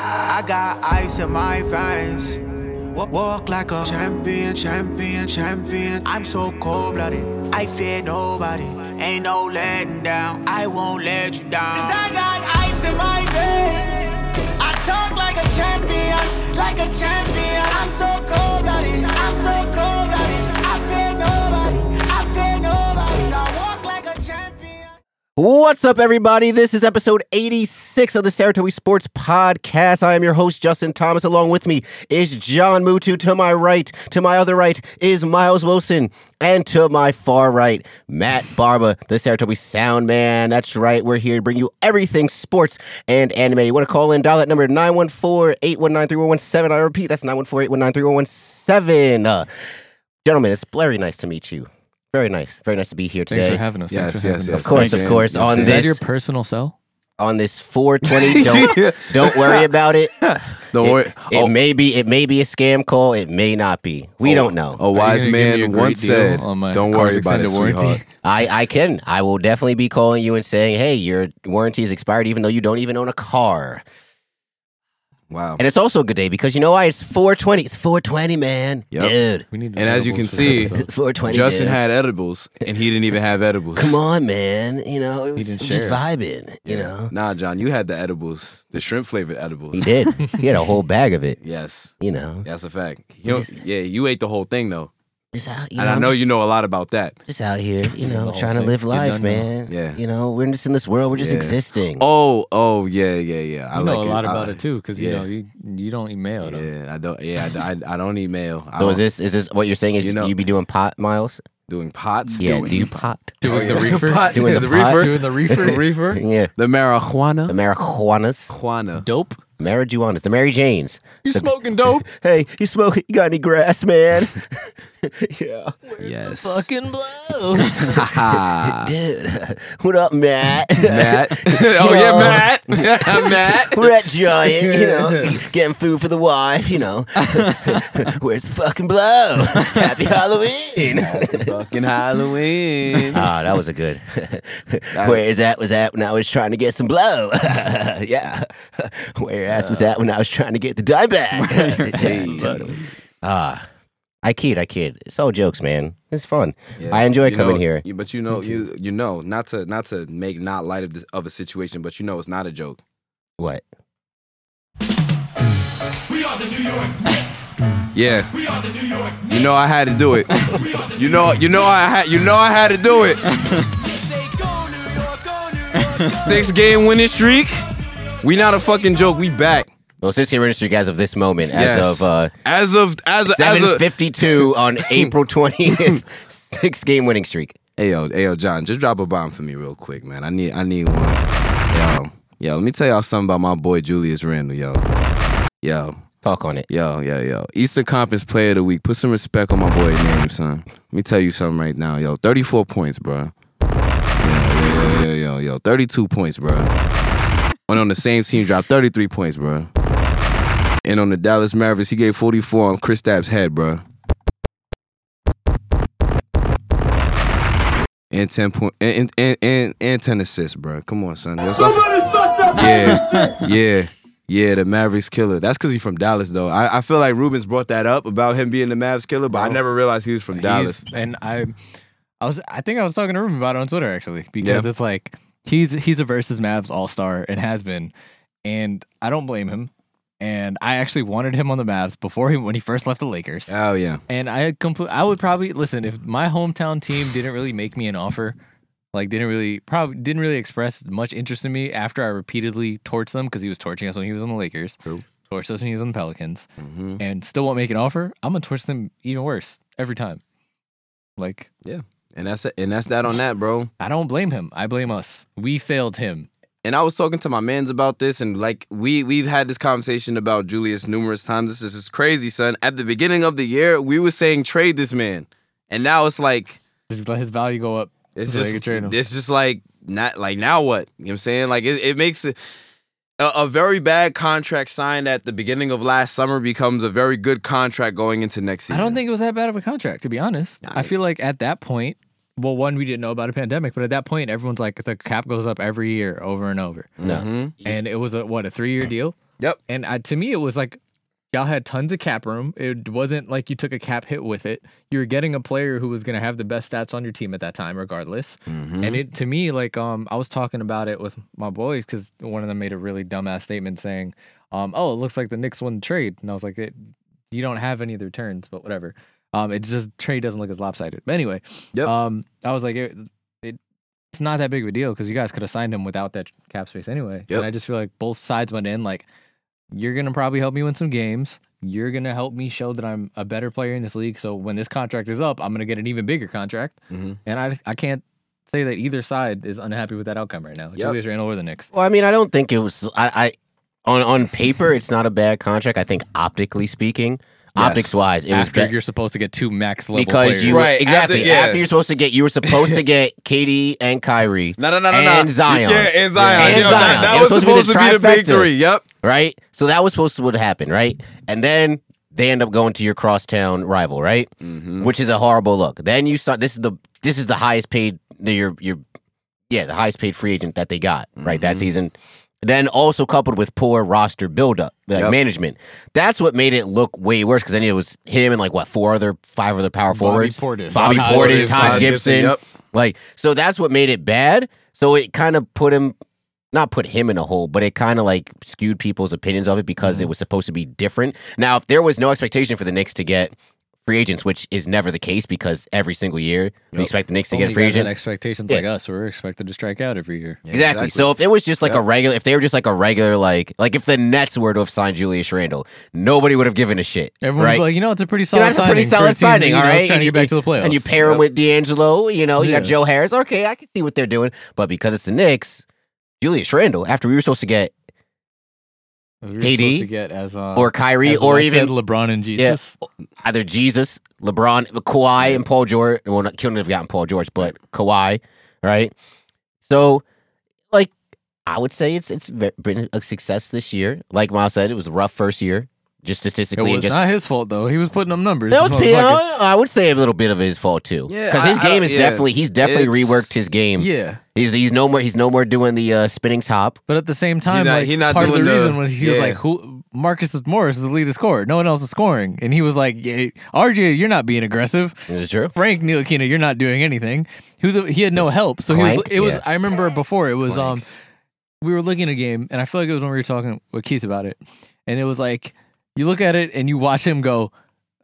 I got ice in my veins. Wa- Walk like a champion, champion, champion. I'm so cold blooded. I fear nobody. Ain't no letting down. I won't let you down. Cause I got ice in my veins. I talk like a champion, like a champion. I'm so cold blooded. I'm so cold blooded. I fear nobody. I fear nobody. I walk like a champion. What's up, everybody? This is episode 86 of the Saratoga Sports Podcast. I am your host, Justin Thomas. Along with me is John Mutu. To my right, to my other right is Miles Wilson. And to my far right, Matt Barba, the Saratoga Sound Man. That's right. We're here to bring you everything sports and anime. You want to call in, dial that number 914 819 3117. I repeat, that's 914 819 3117. Uh, Gentlemen, it's very nice to meet you. Very nice. Very nice to be here today. Thanks for having us. Yes, Thanks for having yes, us. yes. Of course, of Thank you. course. On Is this, that your personal cell? on this 420, don't don't worry about it. The It, wor- it oh, may be it may be a scam call. It may not be. We don't know. a Are wise you gonna give me a man great once deal said, on my "Don't car's worry about it, extended warranty?" sweetheart." I I can. I will definitely be calling you and saying, "Hey, your warranty is expired, even though you don't even own a car." Wow. And it's also a good day because you know why? It's 420. It's 420, man, Yep. dude. We need. And as you edibles can for see- this episode. 420. Justin dude. had edibles, and he didn't even have edibles. Come on, man. You know, it He was- didn't I'm just share. vibing. You know, Nah, John, you had the edibles, the shrimp flavored edibles. he did. he had a whole bag of it. Yes, You know, that's a fact. You don't- yeah, you ate the whole thing though, just out. You and I I'm know just- Mm. you know a lot about that. just out here, you know, whole trying to thing. live You life, done know. man. Yeah. You know, we're just in this world, we're just Yeah. existing. Oh, oh, yeah, yeah, yeah. I You like know a it. lot I- about it too, because you yeah. know you you don't email it. Yeah, I don't. Yeah, I, I, I don't eat mail. I so is don't- this is this what you're saying is you You know- be doing pot miles? doing pots? Yeah, doing do you pot? Doing the reefer, pot, Doing Oh, yeah, the the, pot? reefer, doing the reefer, reefer, Yeah. The the marijuana, marijuanas, marijuana. dope. marijuanas, the Mary Janes. You smoking dope? Hey, you smoking? You got any grass, man? yeah, Yes, Fucking blow. dude. What up, Matt? Matt. oh Yo. yeah, Matt. Matt. We're at Giant, you know, getting food for the wife, you know. Where's the fucking blow? Happy Halloween. Fucking Halloween. Ah, that was a good. Where is that? Was that when I was trying to get some blow? yeah. Where your ass was that when I was trying to get the dime back? Yeah, totally. Ah, I kid, I kid. It's all jokes, man. It's fun. I enjoy You coming know- here. you- But you know, you you know, not to not to make not light of this of a situation, but you know, it's not a joke. What? Yeah. You know, I had to do it. you know, you know, I had you know I had to do it. Six game winning streak. We not a fucking joke. We back Well, since you're industry guys of this moment, Yes. as of uh, as of as of, as of. 7:52 on April 20th, six game winning streak. Ayo, ayo, John, just drop a bomb for me real quick, man. I need, I need one. Yo, yo, let me tell y'all something about my boy Julius Randle, yo, yo, Talk on it. yo, yo, yo. Eastern Conference Player of the Week. Put some respect on my boy name, son. Let me tell you something right now, yo. Thirty-four points, bro. Yo, yo, yo, yo, yo. Thirty-two points, bro. And on the same team, dropped thirty-three points, bro. And on the Dallas Mavericks, he gave forty-four on Chris Stapp's head, bro. and ten point and and and, and ten assists, bro. Come on, son. Yo, so- yeah, yeah, yeah. The Mavericks killer. That's because he's from Dallas, though. I, I feel like Rubens brought that up about him being the Mavs killer, but I No. never realized he was from Dallas. He's- and I, I was, I think I was talking to Ruben about it on Twitter actually because Yeah. it's like he's he's a versus Mavs all star and has been, and I don't blame him. And I actually wanted him on the Mavs before he when he first left the Lakers. Oh yeah, And I had complete. I would probably listen if my hometown team didn't really make me an offer, like didn't really probably didn't really express much interest in me after I repeatedly torched them because he was torching us when he was on the Lakers, True. torched us when he was on the Pelicans, Mhm. and still won't make an offer. I'm gonna torch them even worse every time. Like and that's it. and that's that on that, bro. I don't blame him. I blame us. We failed him. And I was talking to my mans about this, and like we we've had this conversation about Julius numerous times. This is just crazy, son. At the beginning of the year, we were saying trade this man, and now it's like Just let his value go up. It's So they could just trade him. it's just like not like now what you know what I'm saying like it, it makes it a, a very bad contract signed at the beginning of last summer becomes a very good contract going into next I season. don't think it was that bad of a contract, to be honest. I feel like at that point, well, one, we didn't know about a pandemic, but at that point, everyone's like, the cap goes up every year over and over. No. Mhm. And it was a, what, a three year deal? Yep. And I, to me, it was like y'all had tons of cap room. It wasn't like you took a cap hit with it. You were getting a player who was going to have the best stats on your team at that time, regardless. Mm-hmm. Mm-hmm. And it to me, like um, I was talking about it with my boys because one of them made a really dumbass statement saying, um, "Oh, it looks like the Knicks won the trade," and I was like, it, "You don't have any of their turns, but whatever." Um, it just trade doesn't look as lopsided. But anyway, Yep. um, I was like, it, it, it's not that big of a deal because you guys could have signed him without that cap space anyway. Yep. And I just feel like both sides went in like, you're gonna probably help me win some games. You're gonna help me show that I'm a better player in this league. So when this contract is up, I'm gonna get an even bigger contract. Mm-hmm. Mhm. And I I can't say that either side is unhappy with that outcome right now. It's Yep. either Randall or the Knicks. Well, I mean, I don't think it was. I, I on on paper, it's not a bad contract. I think optically speaking, optics wise, it was After bad. you're supposed to get two max level Because players. you Right, exactly after- after, yeah. you're supposed to get you were supposed to get KD and Kyrie. No, no, no, no, no. And Zion. Yeah, and Zion. And Yo, That, Zion. that It was was supposed supposed to to be be the the big trifecta. three. Yep. right? So that was supposed to would happen, right? And then they end up going to your crosstown rival, right? Which is a horrible look. Then you saw this is the this is the highest paid the- your your yeah the highest paid free agent that they got right that season. Then also coupled with poor roster buildup like Yep. management, that's what made it look way worse. Because then it was him and like what four other five other power forwards, Portis. Bobby Todd Portis, Portis, Todd Todd Gibson, Gibson, yep. like so that's what made it bad. So it kind of put him not put him in a hole, but it kind of like skewed people's opinions of it because Mm-hmm. it was supposed to be different. Now, if there was no expectation for the Knicks to get free agents, which is never the case because every single year we expect the Knicks to Only get a free guys had agent. expectations Yeah. like us. We're expected to strike out every year. exactly. So if it was just like a regular, if they were just like a regular, like like if the Nets were to have signed Julius Randle, nobody would have given a shit. Everyone right? would be like, you know, it's a pretty You solid know, that's a signing. pretty for a solid team that, signing, you know, all is right. Trying And to you- get back to the playoffs. And you pair him with D'Angelo, you know, you Yeah. got Joe Harris. Okay, I can see what they're doing. But because it's the Knicks, Julius Randle, after we were supposed to get We were KD supposed to get as, uh, or Kyrie as or Wes said, even LeBron and Jesus. either Jesus, LeBron, Kawhi, and Paul George. Well, not, couldn't have gotten Paul George, but Kawhi, right? So, like, I would say it's it's ve- been a success this year. Like Miles said, it was a rough first year, just It statistically. and was just, not his fault though. He was putting up numbers. that was, This you know, motherfucker- I would say a little bit of his fault too, Yeah, because I- his I game don't- is yeah. definitely he's definitely It's- reworked his game. Yeah, He's he's no more he's no more doing the uh, spinning top. but at the same time, not- like, he not part of the doing the- reason was he was yeah. like, "Who Marcus Morris is the leading scorer. No one else is scoring," and he was like, yeah, "RJ, you're not being aggressive. Is it true? Frank Ntilikina, you're not doing anything." Who the, he had no help, so he was. Clank? It was. Yeah. I remember before it was. Um, we were looking at a game, and I feel like it was when we were talking with Keith about it, and it was like you look at it and you watch him go.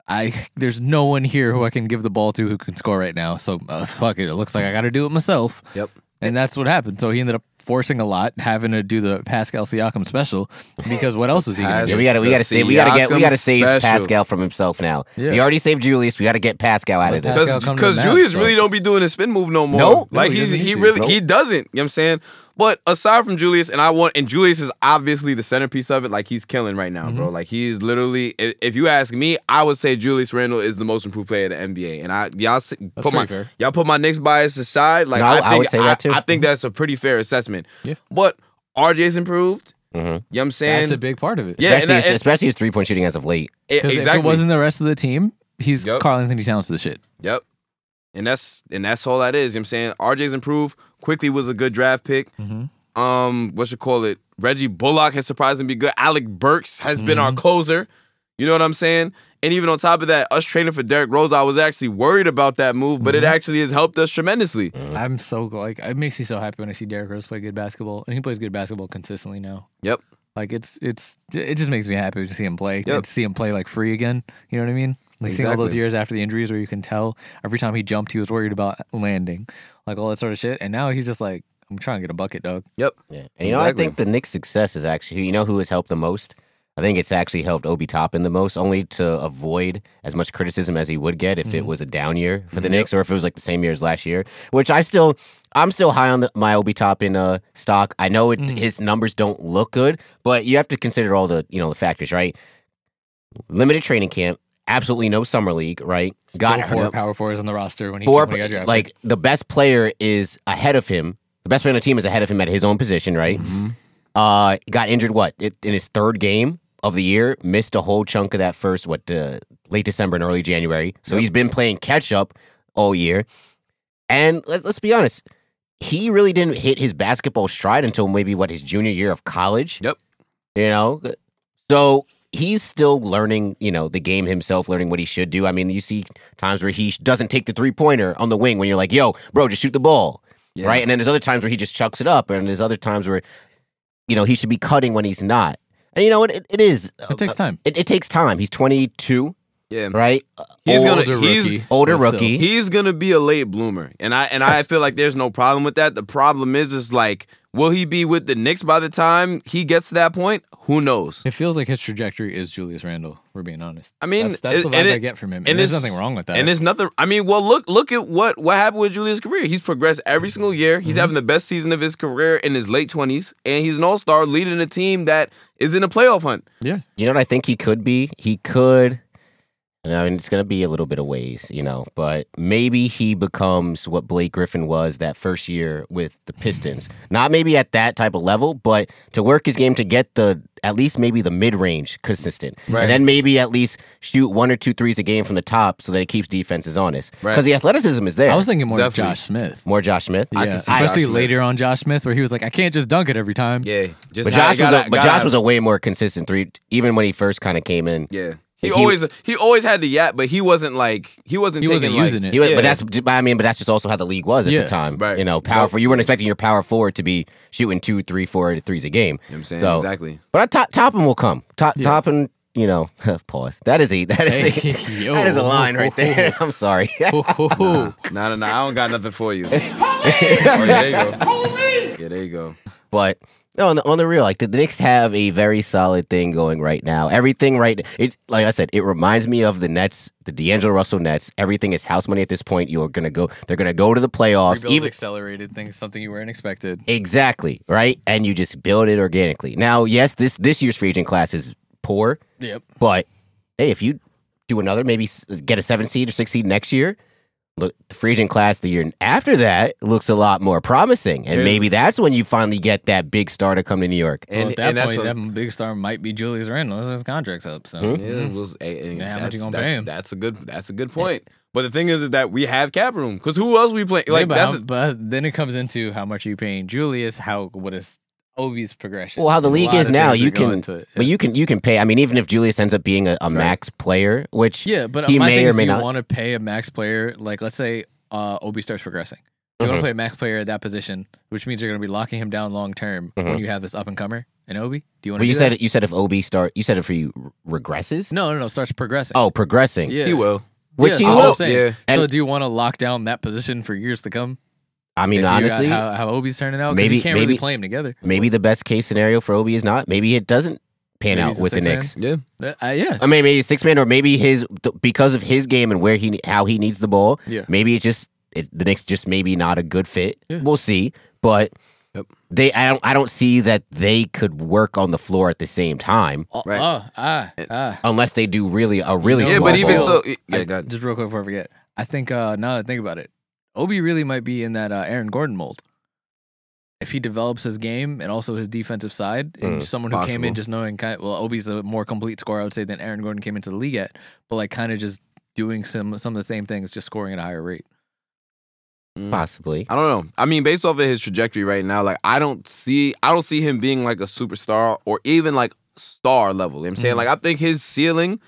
I there's no one here who I can give the ball to who can score right now. So uh, fuck it. It looks like I got to do it myself. Yep. And that's what happened. So he ended up forcing a lot, having to do the Pascal Siakam special because what else was he going to Yeah, do? we gotta we The gotta save we gotta get we Siakam gotta save special. Pascal from himself now. Yeah. We already saved Julius. We gotta get Pascal out of Let this. Pascal come to Because the Mavs, Julius so. really don't be doing his spin move no more. No. like No, he he's, doesn't he need to. really Nope. he doesn't. You know what I'm saying? But aside from Julius, and I want and Julius is obviously the centerpiece of it. Like he's killing right now, Mm-hmm. bro. Like he is literally. i- If you ask me, I would say Julius Randle is the most improved player in the NBA. And I y'all s- put my pretty fair. y'all put my Knicks bias aside. Like No, I I think would say that too. I think that's a pretty fair assessment. Mm-hmm. Yeah. But RJ's improved. Mhm. You know what I'm saying? That's a big part of it. Yeah, and especially that- his, and- especially his three point shooting as of late. I- Because exactly. if it wasn't the rest of the team, he's Yep. Carl Anthony Towns to the shit. Yep. And that's and that's all that is. You know what I'm saying? RJ's improved. Quickly was a good draft pick. Um, what you call it? Reggie Bullock has surprisingly been good. Alec Burks has been Mm-hmm. our closer. You know what I'm saying? And even on top of that, us trading for Derrick Rose, I was actually worried about that move, but it Mm-hmm. actually has helped us tremendously. I'm so like it makes me so happy when I see Derrick Rose play good basketball, and he plays good basketball consistently now. Yep. Like it's it's it just makes me happy to see him play Yep. and see him play like free again. You know what I mean? Like seeing all those Exactly. years after the injuries where you can tell every time he jumped he was worried about landing, like all that sort of shit. And now he's just like, I'm trying to get a bucket, dog. Yep. And you know, Exactly. I think the Knicks' success is actually you know who has helped the most. I think it's actually helped Obi Toppin the most, only to avoid as much criticism as he would get if it Mm-hmm. was a down year for the Knicks, or if it was like the same year as last year. Which I still, I'm still high on the, my Obi Toppin uh, stock. I know it, Mm. his numbers don't look good, but you have to consider all the you know the factors, right? Limited training camp, absolutely no summer league, right? Still Got four power forwards on the roster when he, four when he got drafted. like the best player is ahead of him. The best player on the team is ahead of him at his own position, right? mm-hmm. Uh, got injured what it, in his third game of the year, missed a whole chunk of that first what uh, late December and early January. So he's been playing catch up all year, and let, let's be honest, he really didn't hit his basketball stride until maybe what his junior year of college. Yep. You know, So he's still learning, you know, the game himself, learning what he should do. I mean, you see times where he sh- doesn't take the three pointer on the wing when you're like, yo, bro, just shoot the ball. Right. And then there's other times where he just chucks it up. And there's other times where, you know, he should be cutting when he's not. And you know what? It, it is. uh, It takes time. It, it takes time. He's 22, Yeah, right? Uh, he's old- gonna Older he's rookie. older but still. rookie. he's gonna be a late bloomer, and I and I feel like there's no problem with that. The problem is is like, will he be with the Knicks by the time he gets to that point? Who knows? It feels like his trajectory is Julius Randle. We're being honest. I mean, that's, that's it- the and vibe I it- get from him. And, and there's it's- nothing wrong with that. And there's nothing. I mean, well, look look at what what happened with Julius' career. He's progressed every single year. Mm-hmm. He's having the best season of his career in his late twenties, and he's an all star leading a team that is in a playoff hunt. yeah, You know what I think he could be? He could. And I mean, it's going to be a little bit of ways, you know, but maybe he becomes what Blake Griffin was that first year with the Pistons. Not maybe at that type of level, but to work his game to get the, at least maybe the mid range consistent. Right. And then maybe at least shoot one or two threes a game from the top so that it keeps defenses honest. Because Right. the athleticism is there. I was thinking more Definitely. of Josh Smith. More Josh Smith. Yeah, can see Josh especially Smith. later on Josh Smith, where he was like, "I can't just dunk it every time." Yeah, just But Josh, was a, but Josh was a way more consistent three, even when he first kind of came in. yeah. He, He- always he always had the yap, but he wasn't like he wasn't He wasn't taking, like- using it. He was, Yeah. but that's but I mean, but that's just also how the league was at Yeah, the time. right. You know, power forward. You weren't expecting your power forward to be shooting two, three, four threes a game. You know what I'm saying So- exactly. But I top Topham will come. Top Topham, you know, pause. That is a that is a, Hey, yo. that is a line right there. I'm sorry. Ooh. Nah, nah, nah. I don't got nothing for you. Oh, there you go. Yeah, there you go. But no, on the, on the real, like the Knicks have a very solid thing going right now. Everything right, it like I said, it reminds me of the Nets, the D'Angelo Russell Nets. Everything is house money at this point. You're gonna go. They're gonna go to the playoffs. Rebuild accelerated things, something you weren't expected. Exactly, right? And you just build it organically. Now, yes, this this year's free agent class is poor, Yep. but hey, if you do another, maybe s- get a seven seed or six seed next year. Look, the free agent class the year after that looks a lot more promising, and Here's- maybe that's when you finally get that big star to come to New York. And, well, at that and that's point, what- Hmm? that big star might be Julius Randle. His contract's up, so Yeah, we'll, hey, hey, Yeah, how much Mm-hmm. that's, you gonna that- pay him? That's a good. That's a good point. But the thing is, is that we have cap room because who else we play? Like Yeah, but, that's how- but then it comes into how much are you paying Julius? How what is Obi's progression? Well, how the There's a league lot is of now, things you that go can, into it. but you can you can pay. I mean, even if Julius ends up being a, a max player, which Yeah, but uh, he my may thing or is may you not. want to pay a max player. Like let's say uh, Obi starts progressing. You Mhm. want to play a max player at that position, which means you're going to be locking him down long term when Mhm. you have this up and comer. And Obi, do you want but to? you said you said if Ob start, you said if he regresses, no, no, no. Starts progressing. oh, progressing, yeah, he will. which yeah, he so will. I'm saying. Yeah. So And- do you want to lock down that position for years to come? I mean, If you got honestly, how, how Obi's turning out? Maybe maybe- you can't maybe- really play him together. maybe the best case scenario for Obi is not. Maybe it doesn't pan Maybe out he's a with the six man. Knicks. Yeah, Uh, uh, yeah, I mean, maybe six man, or maybe his because of his game and where he how he needs the ball. Yeah. Maybe it just it, the Knicks just maybe not a good fit. Yeah. We'll see, but. Yep. They, I don't, I don't see that they could work on the floor at the same time Oh, Right. oh, ah, ah. unless they do really a really No, yeah, small but even ball. so, I- yeah, go ahead. just real quick before I forget, I think uh, now that I think about it, Obi really might be in that uh, Aaron Gordon mold. If he develops his game and also his defensive side, and Mm, someone who came possible. in just knowing kind well, Obi's a more complete scorer, I would say, than Aaron Gordon came into the league at, but like kind of just doing some some of the same things, just scoring at a higher rate. possibly. I don't know. I mean, based off of his trajectory right now, like I don't see, I don't see him being like a superstar or even like star level. You know what I'm saying, Mhm. like I think his ceiling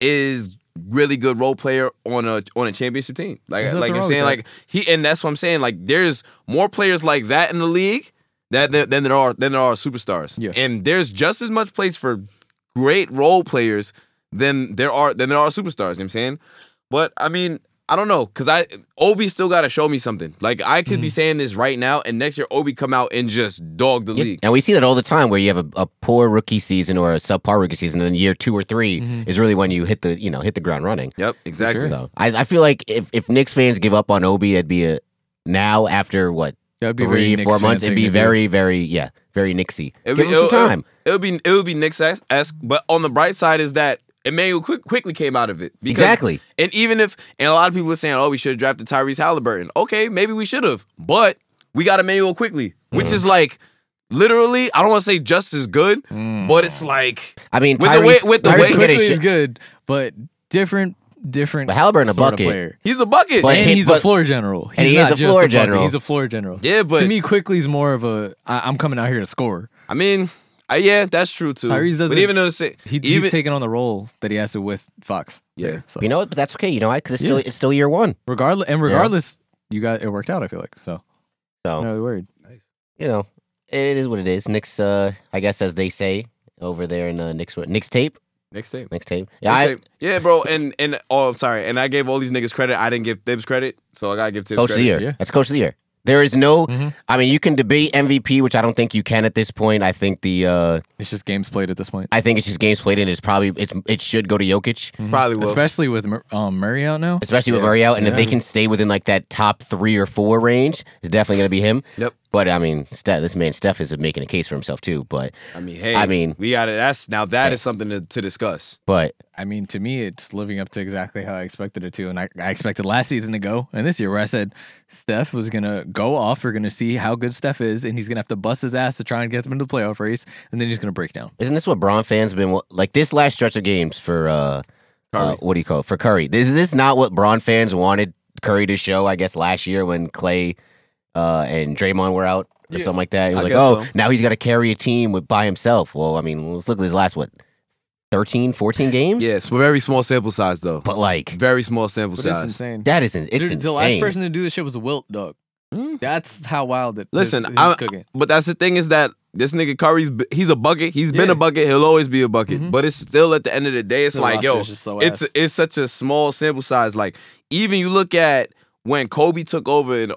is really good role player on a on a championship team. Like There's like nothing you're wrong saying, with like he, and that's what I'm saying. Like there's more players like that in the league that than, than there are than there are superstars. Yeah. and there's just as much place for great role players than there are than there are superstars. You know what I'm saying, but I mean. I don't know, cause I Obi still gotta show me something. Like I could be saying this right now, and next year Obi come out and just dog the Yeah, league. And we see that all the time where you have a, a poor rookie season or a subpar rookie season, and then year two or 3 Mm-hmm. is really when you hit the you know hit the ground running. Yep, exactly. So I, I feel like if if Knicks fans give up on Obi, it'd be a now after what That would three four months, it'd be very very yeah very Knicksy. It'll Give be- him some it'll- it'll- time. It'll be it'll be Nick's esque, but on the bright side is that Emmanuel quick, quickly came out of it. Because- Exactly. And even if and a lot of people were saying, "Oh, we should have drafted Tyrese Halliburton." Okay, maybe we should have, but we got Emmanuel quickly, which Mm. is like literally I don't want to say just as good, Mm. but it's like I mean, With the Tyrese, way- with the Tyrese way- can get quickly his is shit- good, but different different. But Halliburton a sort of bucket. player. he's a bucket. But and he- he's but- a floor general. He's and he is not a just floor bucket, general. He's a floor general. yeah, to but me, quickly's more of a I, I'm coming out here to score. I mean, Uh, yeah, that's true too. Tyrese but doesn't- even though the sa- He, even he's taking on the role that he has to with Fox. Yeah. So You know what? But that's okay. You know why? Because it's still it's still year one. regardless, and regardless, you got it worked out. I feel like so. Oh. So No word. you know, it is what it is. Knicks, uh, I guess as they say over there in uh, Knicks Knicks tape, next tape. Knicks tape. Yeah, Yeah, I, yeah, bro, and and oh, I'm sorry, and I gave all these niggas credit. I didn't give Thibs credit, so I gotta give Thibs coach of the credit. year. yeah. That's coach of the year. There is no. Mm-hmm. Mhm. I mean, you can debate MVP, which I don't think you can at this point. I think the uh, It's just games played at this point, I think it's just games played, and it's probably it's it should go to Jokic, Probably will. especially with Mur- um, Murray out now. especially with Murray out. And if they can stay within like that top three or four range, it's definitely going to be him. Yep. But I mean, Steph, this man Steph is making a case for himself too. But I mean, hey, I mean- we got it. That's now that is something to, to discuss. but I mean, to me, it's living up to exactly how I expected it to, and I, I expected last season to go, and this year where I said Steph was gonna go off. We're gonna see how good Steph is, and he's gonna have to bust his ass to try and get them into the playoff race, and then he's gonna break down. isn't this what Braun fans been wa- like this last stretch of games for uh, uh what do you call it for Curry? This is this not what Braun fans wanted Curry to show? I guess last year when Clay uh, and Draymond were out or something like that, it was I like, guess oh, so. now he's got to carry a team with by himself. Well, I mean, let's look at his last what 13, 14 games. Yes, we're very small sample size though. but like Very small sample size. insane. that isn't it's Dude, insane. Hmm? The last person to do this shit was Wilt, dog. Mm. That's how wild it. Listen, this, he's I, cooking. but that's the thing is that this nigga Curry's b- he's a bucket. He's been Yeah. a bucket. He'll always be a bucket. But it's still at the end of the day, it's The like yo, roster's just so it's ass. it's such a small sample size. Like even you look at when Kobe took over in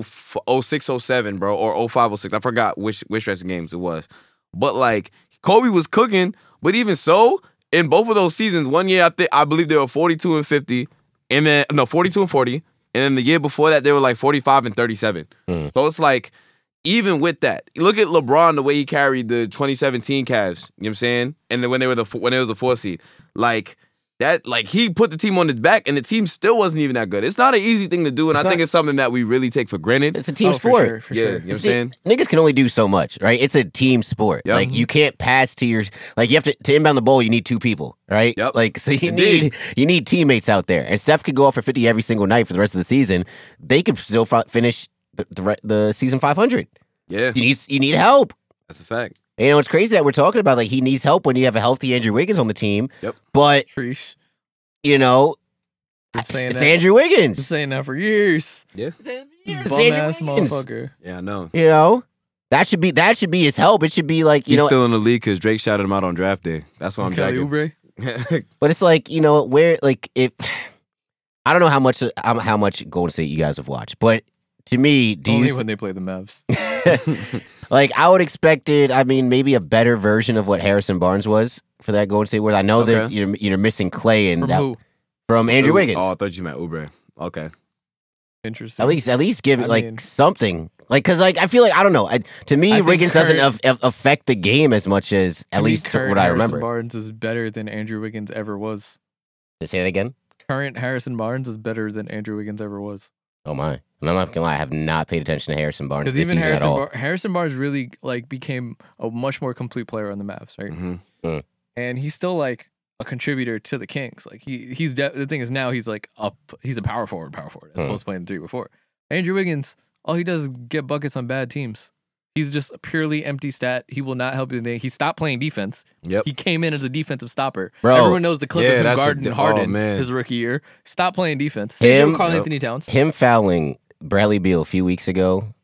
0, 06, 07, bro, or 05, 06. I forgot which which rest of games it was. But like Kobe was cooking. But even so, in both of those seasons, one year I think I believe they were 42 and 50, and then no 42 and 40, and then the year before that they were like 45 and 37. So it's like even with that, look at LeBron the way he carried the 2017 Cavs. You know what I'm saying? And then when they were the when it was a four seed, like that, like he put the team on his back, and the team still wasn't even that good. It's not an easy thing to do, and I think it's something that we really take for granted. it's a team Oh, for sport. sure, for yeah, sure. you know what I'm See, saying? Niggas can only do so much, right? It's a team sport. Yep. Like you can't pass to your like you have to to inbound the ball. You need two people, right? Yep. Like so you Indeed. need you need teammates out there. And Steph could go off for fifty every single night for the rest of the season. They could still fi- finish the the, re- the season five hundred. Yeah, You need you need help. that's a fact. You know it's crazy that we're talking about like he needs help when you have a healthy Andrew Wiggins on the team. Yep. But Treesh. you know Been it's, saying it's that- Andrew Been Wiggins. saying that for years. It's Bum Andrew ass Wiggins. motherfucker. Yeah, I know. You know that should be that should be his help. It should be like you He's know still in the league because Drake shouted him out on draft day. That's why I'm Kelly jacking. Oubre. But it's like you know where like if I don't know how much um, how much Golden State you guys have watched, but to me, do Only you when they play the Mavs. like I would expected? I mean, maybe a better version of what Harrison Barnes was for that Golden State. Where I know that Okay. you're you're missing Clay and From that, who? from Andrew Ooh, Wiggins. Oh, I thought you meant Ubre. Okay. Interesting. at least at least give I it like mean- something. Like, cause like I feel like I don't know. I, to me, I think Wiggins doesn't Curry- af- af- affect the game as much as at To me, least current what I Harrison remember. Barnes is better than Andrew Wiggins ever was. Say that again. Current Harrison Barnes is better than Andrew Wiggins ever was. Oh my! And I'm not gonna lie, I have not paid attention to Harrison Barnes Because this even season at Harrison all. Bar- Harrison Barnes really like became a much more complete player on the Mavs, right? Mhm. and he's still like a contributor to the Kings. Like he he's de- the thing is now he's like up he's a power forward, power forward as Hmm. opposed to playing three before. Andrew Wiggins, all he does is get buckets on bad teams. He's just a purely empty stat. He will not help you. in the- He stopped playing defense. Yep. He came in as a defensive stopper. Bro. Everyone knows the clip Yeah, of him that's a guarding di- oh, Harden man. his rookie year. Stop playing defense. Him- Same Carl Yep. Anthony Towns. him fouling Bradley Beal a few weeks ago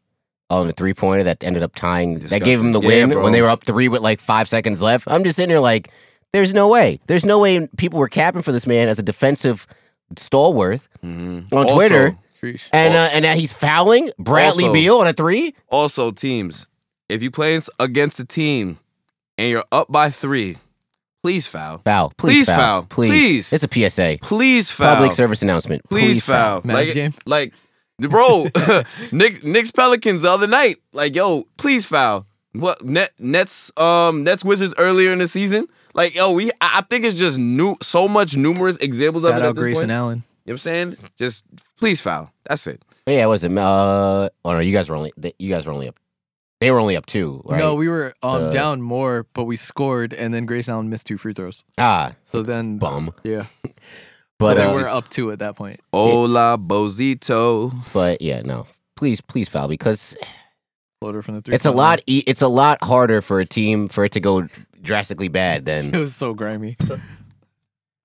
on a three pointer that ended up tying that gave him the Disgusting. Yeah, win bro. when they were up three with like five seconds left. I'm just sitting here like, there's no way. There's no way people were capping for this man as a defensive stalwart Mhm. on Also- Twitter, Sheesh. and uh, and now he's fouling Bradley Also- Beal on a three. Also, teams, if you play against a team and you're up by three, please foul. Foul, please, Please foul. please. Please. It's a PSA, Please foul. public service announcement. Please, foul. Mavs Like, game? like, bro, Nick, Knicks Pelicans the other night. Like, yo, please foul. What net Nets um Nets Wizards earlier in the season? Like, yo, we I I think it's just new so much numerous examples of Shout it. At out this Grayson point. Allen. You know what I'm saying? Just please foul. That's it. Yeah, it wasn't. Uh, oh no, you guys were only th- you guys were only up. They were only up two. Right? No, we were um, Uh, down more, but we scored, and then Grayson Allen missed two free throws. ah So then, bum. yeah, But they uh, were up two at that point. Ola Bozito. But yeah, no. Please, please foul because floater from the three. It's a lot. E- it's a lot harder for a team for it to go drastically bad It than was so grimy.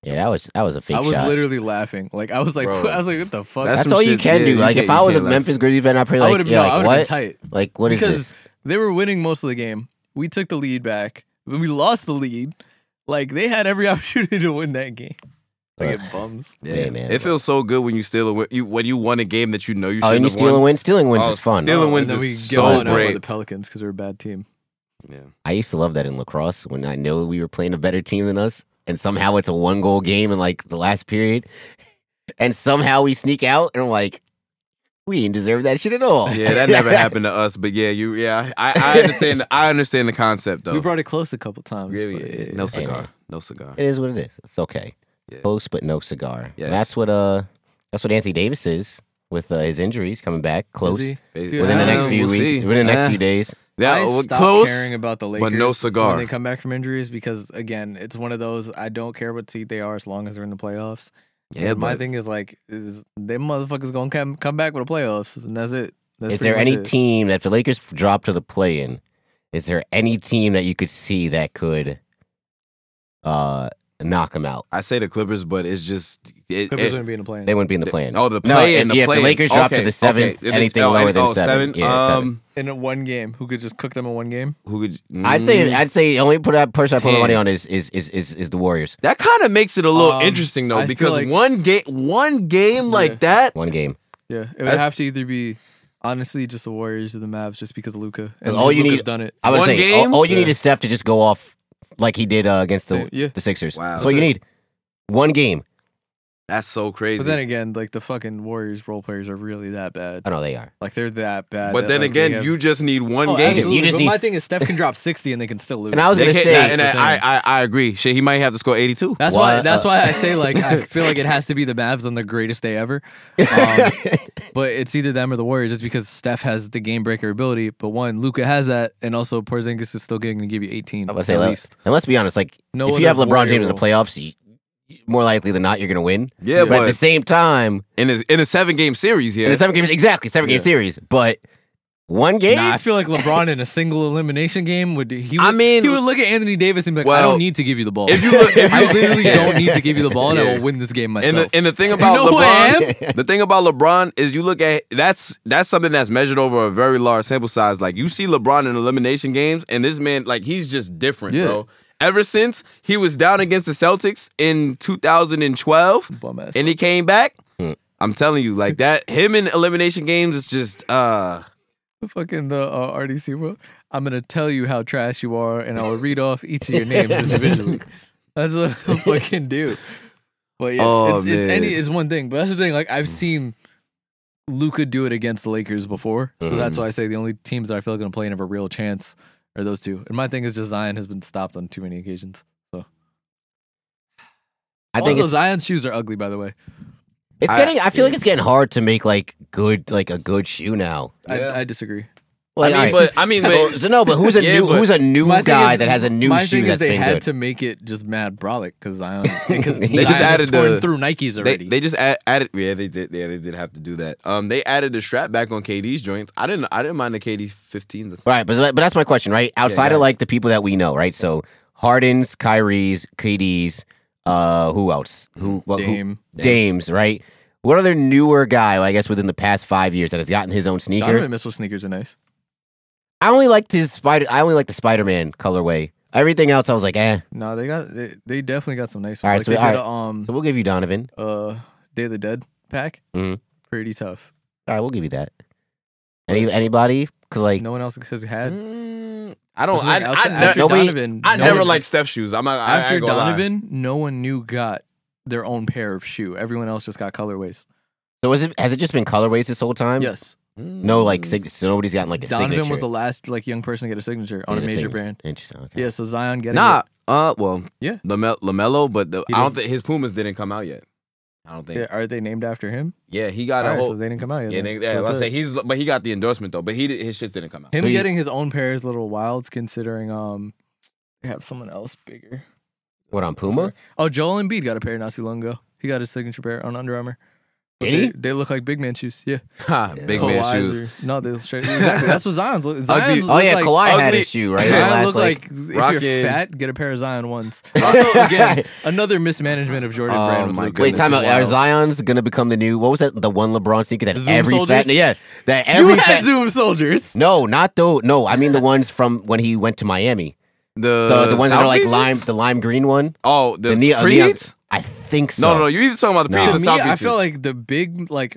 yeah. That was that was a fake I was shot. literally laughing. Like I was like, Bro. I was like, what the fuck? That's That's some all you shit- can yeah, do. you like can't- if I you was a can't laugh. Memphis Grizzlies fan, I'd probably I like, would have yeah, I like would have been what? tight Like what is because this? they were winning most of the game. We took the lead back, but we lost the lead. Like they had every opportunity to win that game. Like Ugh. it bums. Yeah, man. It feels so good when you steal a win, you, when you won a game that you know you oh, shouldn't and you have steal won. and win. Stealing wins Oh, is fun. steal- Dylan wins and then we is get so blown out by great. the Pelicans because they're a bad team. I used to love that in lacrosse when I know we were playing a better team than us, and somehow it's a one goal game in like the last period, and somehow we sneak out, and I'm like, we didn't deserve that shit at all. Yeah, that never happened to us. But yeah, you yeah, I, I understand. I understand the concept though. We brought it close a couple times. Yeah, but yeah, it- no it- cigar, no cigar. It is what it is. It's okay. Yeah. Close but no cigar. Yes. That's what uh that's what Anthony Davis is with uh, his injuries coming back close Izzy, Basically. Dude, within the uh, next few we'll weeks, see. within the next Uh, few days. Yeah, I well, stopped close. caring about the but Lakers no cigar. when they come back from injuries because again, it's one of those I don't care what seed they are as long as they're in the playoffs. Yeah, And my but- thing is like, is them motherfuckers gonna come come back with the playoffs, and that's it. That's is pretty there much any it. team that if the Lakers drop to the play in, is there any team that you could see that could uh knock them out? I say the Clippers, but it's just it, Clippers it- wouldn't be in the play. They wouldn't be in the play in. oh the play No, if- and the yeah, if the play. Lakers drop to Okay, the seventh, okay. anything Oh, lower and- than oh, seven. Yeah, um, seven. in a one game. Who could just cook them in one game? Who could? I'd say mm, I'd say the only put out person I put my money Damn. on is is is is, is the Warriors. that kind of makes it a little Um, interesting though, I feel because like- one game, one game Yeah. like that. One game. Yeah, it would That's- have to either be honestly just the Warriors or the Mavs, just because Luca and all you Luka's need- done it. I would One say game? all, all you Yeah. need is Steph to just go off like he did uh, against the Yeah. the Sixers. Wow. That's all you need. One game. That's so crazy. But then again, like the fucking Warriors role players are really that bad. I know they are. Like they're that bad. that, But then Uh, like, they again, have- you just need one Oh, game. absolutely, You just but need- my thing is Steph can drop sixty and they can still lose. And I was They gonna can't- say and I, I, I agree. Shit, he might have to score 82. That's Why- why. That's uh, why I say like I feel like it has to be the Mavs on the greatest day ever. Um, but it's either them or the Warriors, just because Steph has the game breaker ability. But one, Luca has that, and also Porzingis is still going to give you eighteen I'm gonna at say least. And let's be honest, like No if you have other LeBron warrior James in the will. playoffs, you, more likely than not you're gonna win. Yeah, But at the but same time, in a, in a seven game series, in yeah. the seven games, exactly seven game series, but one game. Nah, I feel like LeBron in a single elimination game would he? Would, I mean- he would look at Anthony Davis and be like, "I Well, don't need to give you the ball. if you look- if I you- literally Yeah. don't need to give you the ball, and I Yeah. will win this game myself." And the, and the thing you about know who I LeBron, am? the thing about LeBron is you look at that's that's something that's measured over a very large sample size. Like you see LeBron in elimination games, and this man, like he's just different, Yeah. bro. Ever since he was down against the Celtics in 2012, Bum ass. and he came back, I'm telling you, like that, him in elimination games is just uh The fucking the uh, RDC world. I'm gonna tell you how trash you are, and I will read off each of your names individually. That's what I fucking do. But yeah, Oh, it's, it's any man. is one thing, but that's the thing. Like I've seen Luca do it against the Lakers before, so Mm-hmm. that's why I say the only teams that I feel like gonna play and have a real chance are those two. And my thing is just Zion has been stopped on too many occasions. I also, think it's, Zion's shoes are ugly, by the way. it's I- getting. I feel like it's getting hard to make like good, like a good shoe now. Yeah. I, I disagree. Like, I mean, all right. but I mean, so, but so no, but who's a Yeah, new but who's a new My thing guy is- that has a new my shoe thing is that's they been had good? to make it just mad brolic because Zion because They they just just added added torn the- through Nikes they, already. they just add, added yeah they did yeah they did have to do that. Um, they added the strap back on KD's joints. I didn't I didn't mind the KD 15s. Right, but but that's my question, right? Outside of like the people that we know, right? So Harden's, Kyrie's, KD's, uh, who else? Who, what, who- Mm, Dame. Dames, right? What other newer guy, I guess, within the past five years that has gotten his own sneaker? Donovan Mitchell sneakers are nice. I only liked his spider. I only liked the Spider Man colorway. Everything else, I was like, eh. No, they got they, they definitely got some nice ones. All right, like so- they did all right. a, um So we'll give you Donovan. uh Day of the Dead pack. Mhm. Pretty tough. All right, we'll give you that. Any anybody? Cause like Mm-hmm. No one else has had. Mm, I don't. I, Like, I, outside- ne- after nobody- Donovan, I no never one- liked Steph shoes. I'm not. I, I after ain't gonna lie. Donovan. No one knew got their own pair of shoe. Everyone else just got colorways. so is it has it just been colorways this whole time? yes, Mm. No, like sig- so nobody's gotten like a Donovan signature. was the last like young person to get a signature on Yeah, a the major signature. brand. Interesting. Okay. Yeah, so Zion getting Nah. it. Uh. Well. Yeah. Lame- Lamelo, but the, He I don't doesn't- think his Pumas didn't come out yet. I don't think. Yeah, are they named after him? Yeah. he got All a right, whole. so they didn't come out yet. yeah. then. They, yeah So let's it's say it. he's. But he got the endorsement though. But he did- his shits didn't come out. Him So you- getting his own pair is a little wilds considering um they have someone else bigger. What on Puma? Oh, Joel Embiid got a pair not too long ago. He got his signature pair on Under Armour. But they, they look like big man shoes. Yeah. Ha, big man Kawhis shoes. or- no, they look straight. Exactly. That's what Zion's look. Zion's Oh look yeah, like, Kawhi had ugly- his shoe right. Zion Last, look like, if rockin'- you're fat, get a pair of Zion ones. Also, again, another mismanagement of Jordan Oh Brand. with my Luka. Wait, goodness, time out. Are wild. Zion's gonna become the new? What was that? The one LeBron sneaker that Zoom every fat, soldiers? yeah, that every You had fat, Zoom soldiers. no, not though. No, I mean the ones from when he went to Miami. The The the ones that are like Southbeaches? lime, the lime green one. Oh, the, the neo- neon- Creeds? I think so. No, no, no. You either talking about the No. Creeds To or me, South I Beaches. feel like the big like.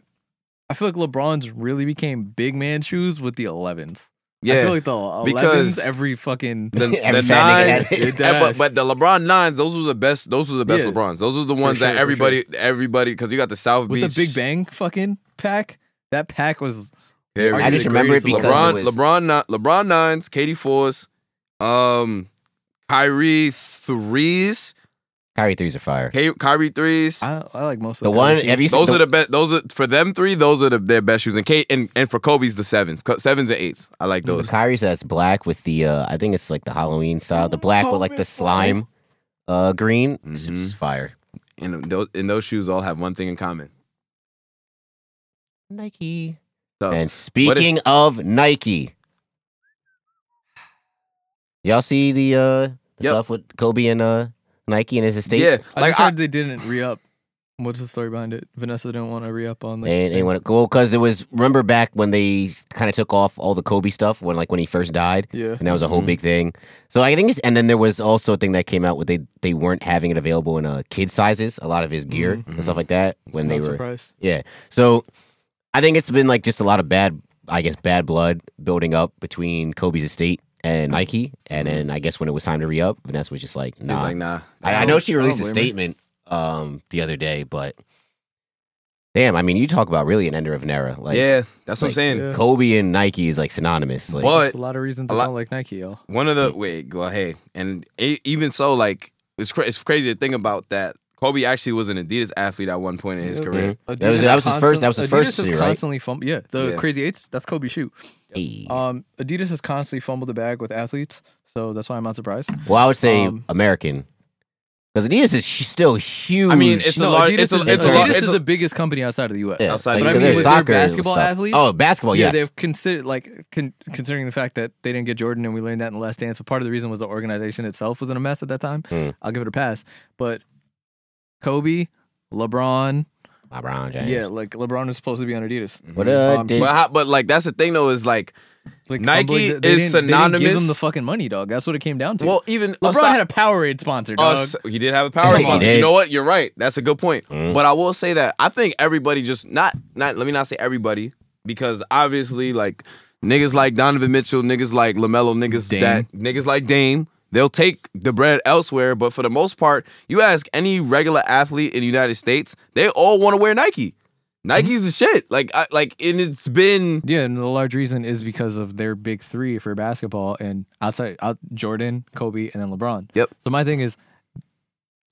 I feel like LeBron's really became big man shoes with the 11s. yeah. I feel like the 11s because- every fucking the, Every the fat nigga nines, had it. and- but, but the LeBron nines, those were the best. Those were the best Yeah. LeBrons. Those were the ones sure, that for everybody, everybody, because you got the South with Beach the Big Bang fucking pack. That pack was There we I go. just remember it because LeBron, it was- LeBron, ni- LeBron nines, Katie fours, um, Kyrie threes, Kyrie threes are fire. K- Kyrie threes. I, I like most of The the one- Kyrie have you shoes. seen- Those are the best. Those are for them three. Those are the, their best shoes. And Kate and, and for Kobe's the sevens, Co- sevens and eights. I Mm-hmm. like The those. Kyrie's that's black with the uh, I think it's like the Halloween style. The black with like the slime uh, green. It's just fire. And those and those shoes all have one thing in common. Nike. So, And speaking of Nike, y'all see the uh, Yep. stuff with Kobe and uh, Nike and his estate? yeah, I like just I- heard they didn't re up. What's the story behind it? Vanessa didn't want to re up on like They, they want to go because it was remember back when they kind of took off all the Kobe stuff when like when he first died yeah. and that was a Mm-hmm. whole big thing. So I think it's and then there was also a thing that came out where they they weren't having it available in uh, kid sizes a lot of his gear Mm-hmm. and stuff like that when they Not were surprised. yeah. So I think it's been like just a lot of bad, I guess, bad blood building up between Kobe's estate and Nike. And then I guess when it was time to re up, Vanessa was just like, Mm-hmm. he's nah. like nah. Oh, I, I know she I don't released a blame her. statement um, the other day, but damn, I mean, you talk about really an ender of an era. Like, yeah, that's what I'm like, saying. yeah. Kobe and Nike is like synonymous. Like, But There's a lot of reasons a I lot- don't like Nike, y'all. One of the wait, go ahead. And e- even so, like it's cra- it's crazy to think about that. Kobe actually was an Adidas athlete at one point in his Yep. Mm-hmm. career. That was- that was his first- that was his Adidas first is shoe, right? constantly fumble. Yeah, the Yeah. Crazy Eights. That's Kobe shoe. hey. Um, Adidas has constantly fumbled the bag with athletes, so that's why I'm not surprised. well, I would say um, American. Because Adidas is hu- still huge. I mean, it's a No, large. Adidas It's a, is, it's a Adidas large. is It's the a, biggest company outside of the U.S. yeah, outside like, because the But I mean, there's with their soccer and basketball stuff. athletes- Oh, basketball, yeah, yes. they've considered like con- considering the fact that they didn't get Jordan, and we learned that in the Last Dance. But part of the reason was the organization itself was in a mess at that time. Hmm. I'll give it a pass, but Kobe, LeBron, LeBron James. yeah, like LeBron was supposed to be on Adidas. What uh, Um, did, but, how- but like that's the thing though is like Like Nike fumbling- they- they didn't- is They didn't give synonymous- them the fucking money, dog. That's what it came down to. well even LeBron aside- had a Powerade sponsor, dog. us- he did have a power He sponsor. did. You know what? You're right. That's a good point. Mm-hmm. Mm. But I will say that I think everybody just not not let me not say everybody because obviously like niggas like Donovan Mitchell, niggas like LaMelo, niggas Dame. that niggas like Dame, they'll take the bread elsewhere, but for the most part, you ask any regular athlete in the United States, they all want to wear Nike. Mm-hmm. Nike's the shit. Like I, like and it's been Yeah, and the large reason is because of their big three for basketball and outside out, Jordan, Kobe, and then LeBron. Yep. So my thing is,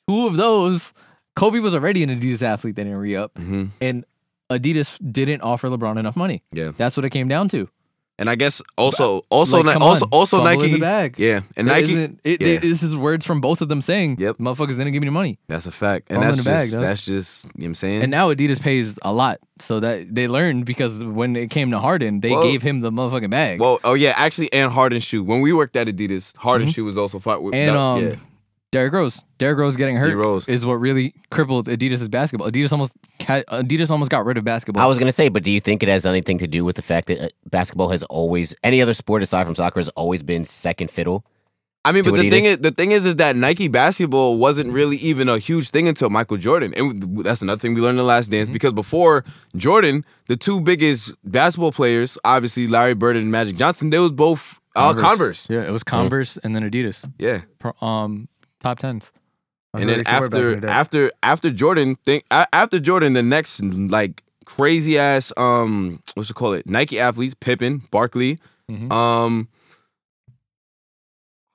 two of those, Kobe was already an Adidas athlete. They didn't re up, Mhm. and Adidas didn't offer LeBron enough money. Yeah. That's what it came down to. and I guess also also Like, Ni- come also on, also fumble in Nike the bag. Yeah, and That Nike isn't- it- yeah. this is words from both of them saying, Yep. motherfuckers didn't give me the money." That's a fact. And Fumble in that's the bag, just dog. that's just you know what I'm saying? And now Adidas pays a lot, so that they learned because when it came to Harden, they Well- gave him the motherfucking bag. Well, oh yeah, actually, and Harden shoe. When we worked at Adidas, Harden shoe was also fought with. Mm-hmm. And that- um, yeah. Derrick Rose, Derrick Rose getting hurt Rose. is what really crippled Adidas' basketball. Adidas almost ca- Adidas almost got rid of basketball. I was gonna say, but do you think it has anything to do with the fact that uh, basketball has always, any other sport aside from soccer, has always been second fiddle? I mean, to but the thing Adidas. is, the thing is, is that Nike basketball wasn't really even a huge thing until Michael Jordan, and that's another thing we learned in the Last Mm-hmm. Dance. Because before Jordan, the two biggest basketball players, obviously Larry Bird and Magic Johnson, they was both uh, Converse. Yeah, it was Converse and then Adidas. Yeah. Pro- Um, top tens. That's and what then they used to wear back in after the day. after after Jordan thing a- after Jordan the next like crazy ass um what's it call it Nike athletes Pippen Barkley Mhm. um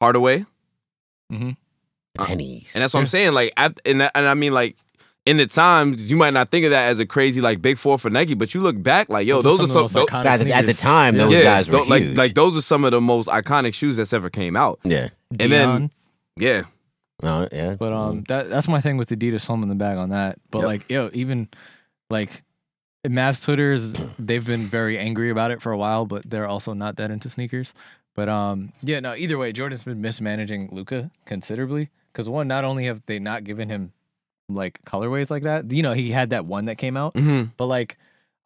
Hardaway The pennies. Uh, and that's what I'm saying like at, and that, and I mean like in the times you might not think of that as a crazy like big four for Nike but you look back like yo those, are of some the most tho- iconic At the- at the sneakers. time, those yeah guys were tho- like huge. like those are some of the most iconic shoes that's ever came out yeah, and then- Deion. yeah no, yeah, um, But um, that that's my thing with Adidas. Home in the bag on that. But Yep. like, yo, even like Mavs Twitter is they've been very angry about it for a while, but they're also not that into sneakers. But um, yeah, no. Either way, Jordan's been mismanaging Luca considerably because one, not only have they not given him like colorways like that, you know, he had that one that came out, but like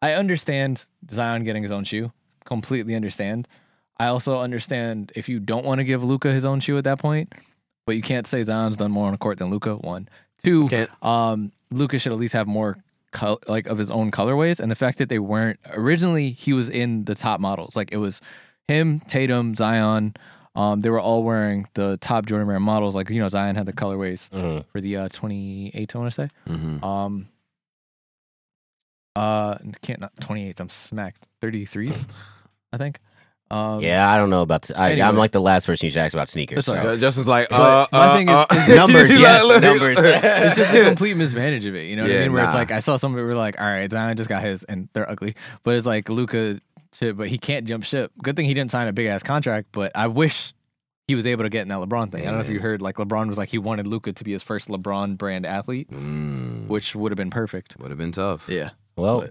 I understand Zion getting his own shoe, completely understand. I also understand if you don't want to give Luca his own shoe at that point, but you can't say Zion's done more on the court than Luca. One, 2 Can't. um, Luca should at least have more col- like of his own colorways, and the fact that they weren't originally he was in the top models, like it was him, Tatum, Zion. Um, they were all wearing the top Jordan Brand models, like you know Zion had the colorways Mm-hmm. for the uh, 28. I want to say. Um, uh, can't not 28s. I'm smacked. 33s, I think. Um, Yeah, I don't know about. I, Anyway. I'm like the last person you should ask about sneakers. That's all so. right. Justin's like, uh, But my uh, thing is- uh. is Numbers, He's yes, like, look- numbers. It's just a complete mismanage of it. You know what Yeah, I mean? Where it's nah. like I saw somebody were like, all right, Zion just got his, and they're ugly. But it's like Luca shit, but he can't jump ship. Good thing he didn't sign a big ass contract. But I wish he was able to get in that LeBron thing. I don't know if you heard, like LeBron was like he wanted Luca to be his first LeBron brand athlete, Mm. Mm. which would have been perfect. Would have been tough. Yeah, Well,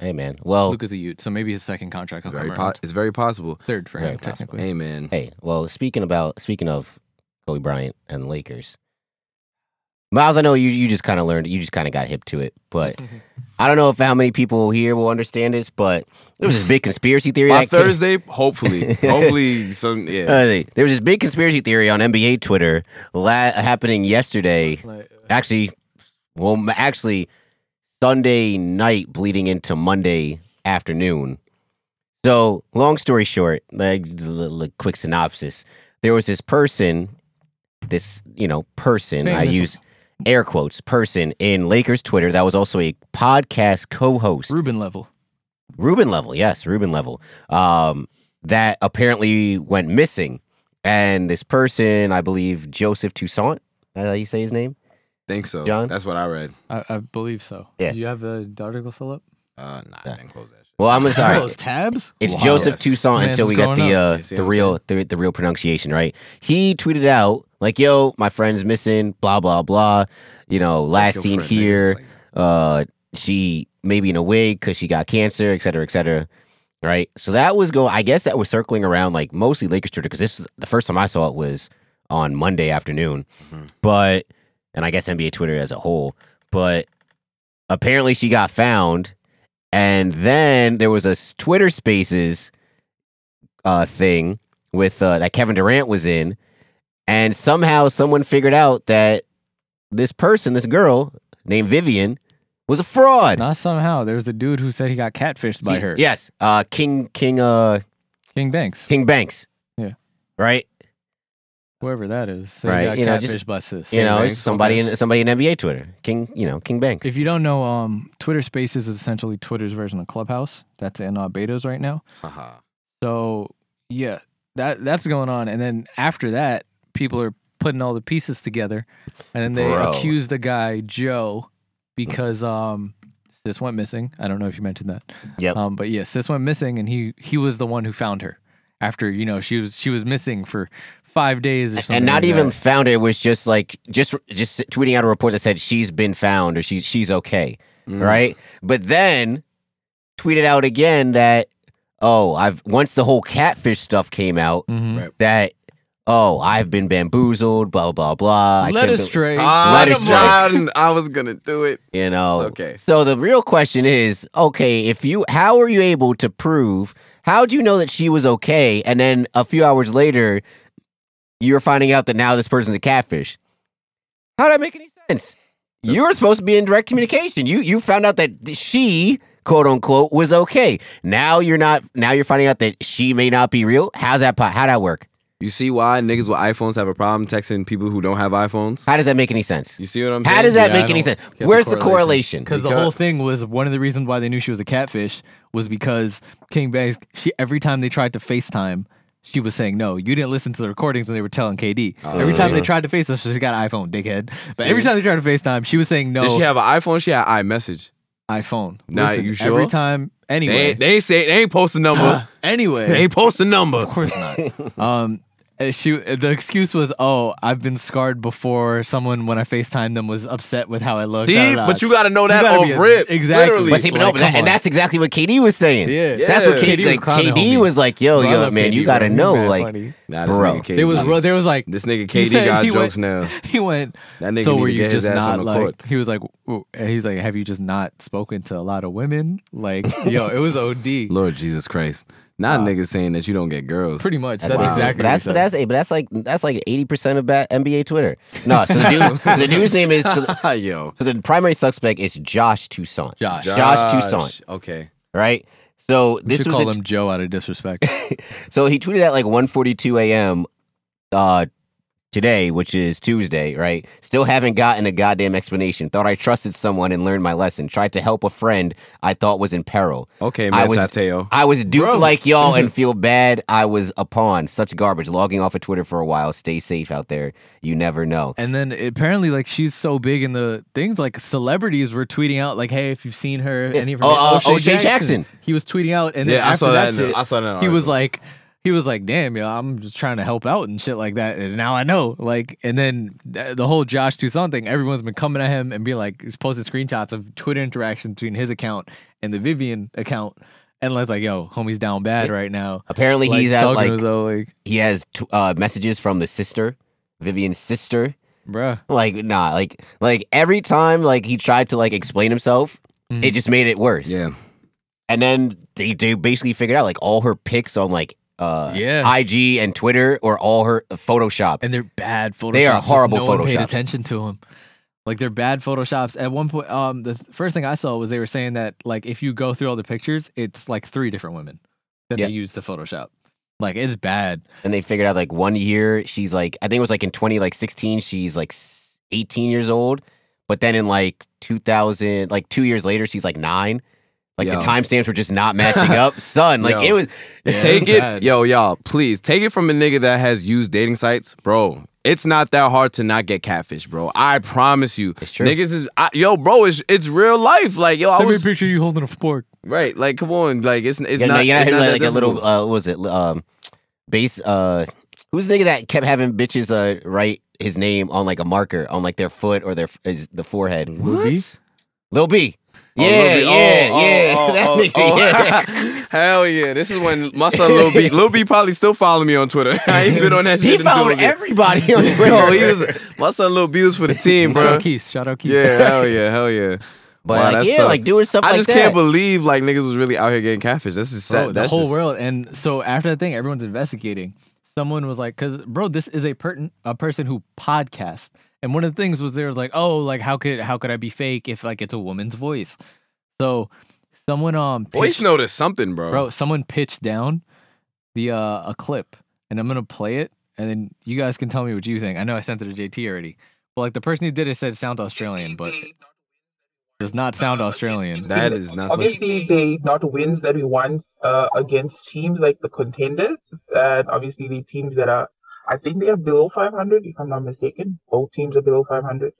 hey man. Well, Luca's a Ute, so maybe his second contract will Very come po- around. it's very possible. Third for Very him, technically. Hey, man. hey. Well, speaking about speaking of Kobe Bryant and the Lakers, Miles. I know you. You just kind of learned. You just kind of got hip to it, but. I don't know if how many people here will understand this, but there was this big conspiracy theory. By that came- Thursday, hopefully, hopefully, some yeah. Uh, there was this big conspiracy theory on NBA Twitter la- happening yesterday. uh, Actually, well, m- actually, Sunday night bleeding into Monday afternoon. So, long story short, like l- l- quick synopsis: there was this person, this you know person. I Famous. use air quotes person in Lakers Twitter that was also a podcast co-host. Ruben level. Ruben level, yes, Ruben level. Um, that apparently went missing, and this person, I believe, Joseph Toussaint. Is that how you say his name? Think so. John? That's what I read. I, I believe so. Yeah. Do you have the article still up? Uh, nah, I didn't close that. Shit. Well, I'm sorry. Those tabs. It's Wow. Joseph Yes. Toussaint Man's until we got growing the up. uh, You see the what I'm real the, the real pronunciation right. He tweeted out like, "Yo, my friend's missing. Blah blah blah. You know, last Your seen friend, nigga, here. it's like- uh, she maybe in a wig because she got cancer, et cetera, et cetera. Right. So that was going. I guess that was circling around like mostly Lakers Twitter because this the first time I saw it was on Monday afternoon, Mm-hmm. but and I guess NBA Twitter as a whole. But apparently she got found, and then there was a s- Twitter Spaces uh, thing with uh, that Kevin Durant was in, and somehow someone figured out that this person, this girl named Vivian, was a fraud. Not somehow. There was a dude who said he got catfished by He- her. Yes, uh, King King uh, King Banks. King Banks. Yeah. Right. Whoever that is. Said Right, he got you know, catfished just- by sis. You know, it's Banks, somebody in somebody in NBA Twitter. King, you know, King Banks. If you don't know, um, Twitter Spaces is essentially Twitter's version of Clubhouse. That's in uh, betas right now. Haha. So yeah, that that's going on. And then after that, people are putting all the pieces together, and then they Bro. accuse the guy Joe because um sis went missing. I don't know if you mentioned that. Yep. Um, but yeah, sis went missing, and he he was the one who found her after you know she was she was missing for five days or something, and not like even that. found it was just like just just tweeting out a report that said she's been found or she's she's okay, Mm. right? But then tweeted out again that oh, I've once the whole catfish stuff came out Mhm. Right. that oh, I've been bamboozled, blah blah blah. I Led couldn't be- astray. Ah, Let it come strike. on, I was gonna do it. You know. Okay. So the real question is, okay, if you how are you able to prove how do you know that she was okay and then a few hours later you're finding out that now this person's a catfish? How would that make any sense? You're supposed to be in direct communication. You you found out that she quote unquote was okay. Now you're not now you're finding out that she may not be real. How's that po- how'd that work? You see why niggas with iPhones have a problem texting people who don't have iPhones? How does that make any sense? You see what I'm saying? How does that Yeah, I make any don't sense? get the Where's the correlation? correlation. Because the Because- whole thing was one of the reasons why they knew she was a catfish was because King Banks. She every time they tried to FaceTime, she was saying no. You didn't listen to the recordings when they were telling KD. Oh, every time they tried to FaceTime, she got an iPhone, dickhead. But every time they tried to FaceTime, she was saying no. Did she have an iPhone? She had iMessage. iPhone. Nah, Listen, you Every sure? time, They anyway, Uh, ain't, they ain't say they ain't post a number. anyway, they ain't post a number. of course not. Um, And she the excuse was, "Oh, I've been scarred before. Someone when I Facetime them was upset with how I looked." See, da, da, da." but you got to know that gotta be off a- rip. exactly. Literally. But See, but Like, no, but come that- and on. that's exactly what KD was saying. yeah, Yeah. That's what KD KD, was like. clowning KD homie. was like, "Yo, Bro, I yo, love man, KD, you gotta bro. He know, mad like, funny. Nah, this bro, nigga KD. They was ro- they was like this nigga he KD said- got he went, jokes now. He went. That nigga so need were to you get his just ass on not the like? court." He was like, "Ooh," and he's like, have you just not spoken to a lot of women? Like, yo, it was OD. Lord Jesus Christ. Not niggas saying that you don't get girls. Pretty much. That's, exactly. But that's what but that's but that's like that's like eighty percent of bat NBA Twitter. No, so the dude, so the dude's name is so, the- yo. so the primary suspect is Josh Toussaint. Josh. Josh Toussaint. Okay. Right. So we this should was call the- him Joe out of disrespect. so he tweeted at like 1:42 a.m. Uh, today, which is Tuesday, right? Still haven't gotten a goddamn explanation. Thought I trusted someone and learned my lesson. Tried to help a friend I thought was in peril. Okay, I Matt was- Tateo. I was duped like y'all and feel bad I was a pawn. Such garbage. Logging off of Twitter for a while. Stay safe out there. You never know. And then apparently, like she's so big in the things, like celebrities were tweeting out, like, "Hey, if you've seen her, any of her Oh, uh, O.J. Jackson. he was tweeting out, and then Yeah, I after that, saw that. in the- shit, I saw that. in the he was article. like, he was like, "Damn, yo, I'm just trying to help out and shit like that." And now I know, like, and then th- the whole Josh Toussaint thing, everyone's been coming at him and being like, he's posted screenshots of Twitter interactions between his account and the Vivian account, and was like, "Yo, homie's down bad right now." Apparently Like, he's at talking to like his own, like, he has t- uh, messages from the sister, Vivian's sister. bruh. Like nah, like like every time like he tried to like explain himself, Mhm. it just made it worse. Yeah. And then they, they basically figured out like all her pics on like uh Yeah. IG and Twitter or all her uh, Photoshop. and they're bad photoshops. They are just horrible no one paid photoshops. attention to them. Like they're bad photoshops. At one point, um, the th- first thing I saw was they were saying that like if you go through all the pictures, it's like three different women that Yeah. they used to Photoshop. Like it's bad. And they figured out like one year she's like I think it was like in twenty like sixteen she's like s- eighteen years old, but then in like two thousand like two years later she's like nine. Like Yo. the timestamps were just not matching up, son. Like Yo. it was. It Take was it, bad. yo, y'all, please take it from a nigga that has used dating sites, bro. It's not that hard to not get catfish, bro. I promise you. It's true. Niggas is, I, yo, bro, it's, it's real life. Like, yo, I was, picture you holding a fork. right, like, come on. Like, it's, it's you know, not, you know, it's who, not that like, a little. difficult. Uh, what was it? Um, base. Uh, who's the nigga that kept having bitches uh write his name on like a marker on like their foot or their his, the forehead? What? Lil B. Oh, Yeah, Lil B. Oh, yeah, oh, yeah. oh, that oh, nigga, oh. yeah. Hell yeah. This is when my son Lil B, Lil B probably still following me on Twitter. I ain't been on that He shit. until followed it- everybody on Twitter. Yo, he was, my son Lil B was for the team, Shout bro. out Keith. Shout out Keith. Yeah, hell yeah, hell yeah. but Wow, like, that's yeah, tough. like doing stuff I like just that. can't believe like niggas was really out here getting catfish. This is sad. Bro, the That's whole just- world. And so after that thing, everyone's investigating. Someone was like, "Cause bro, this is a per- a person who podcasts." And one of the things was there was like, "Oh, like how could how could I be fake if like it's a woman's voice?" So someone um Voice pitched- notice something, bro. bro, someone pitched down the uh a clip, and I'm gonna play it, and then you guys can tell me what you think. I know I sent it to JT already, but like the person who did it said it sounds Australian, but it does not sound Australian. That is not so. obviously they not wins that we want uh, against teams like the contenders and obviously the teams that are i think they are below 500 if i'm not mistaken both teams are below 500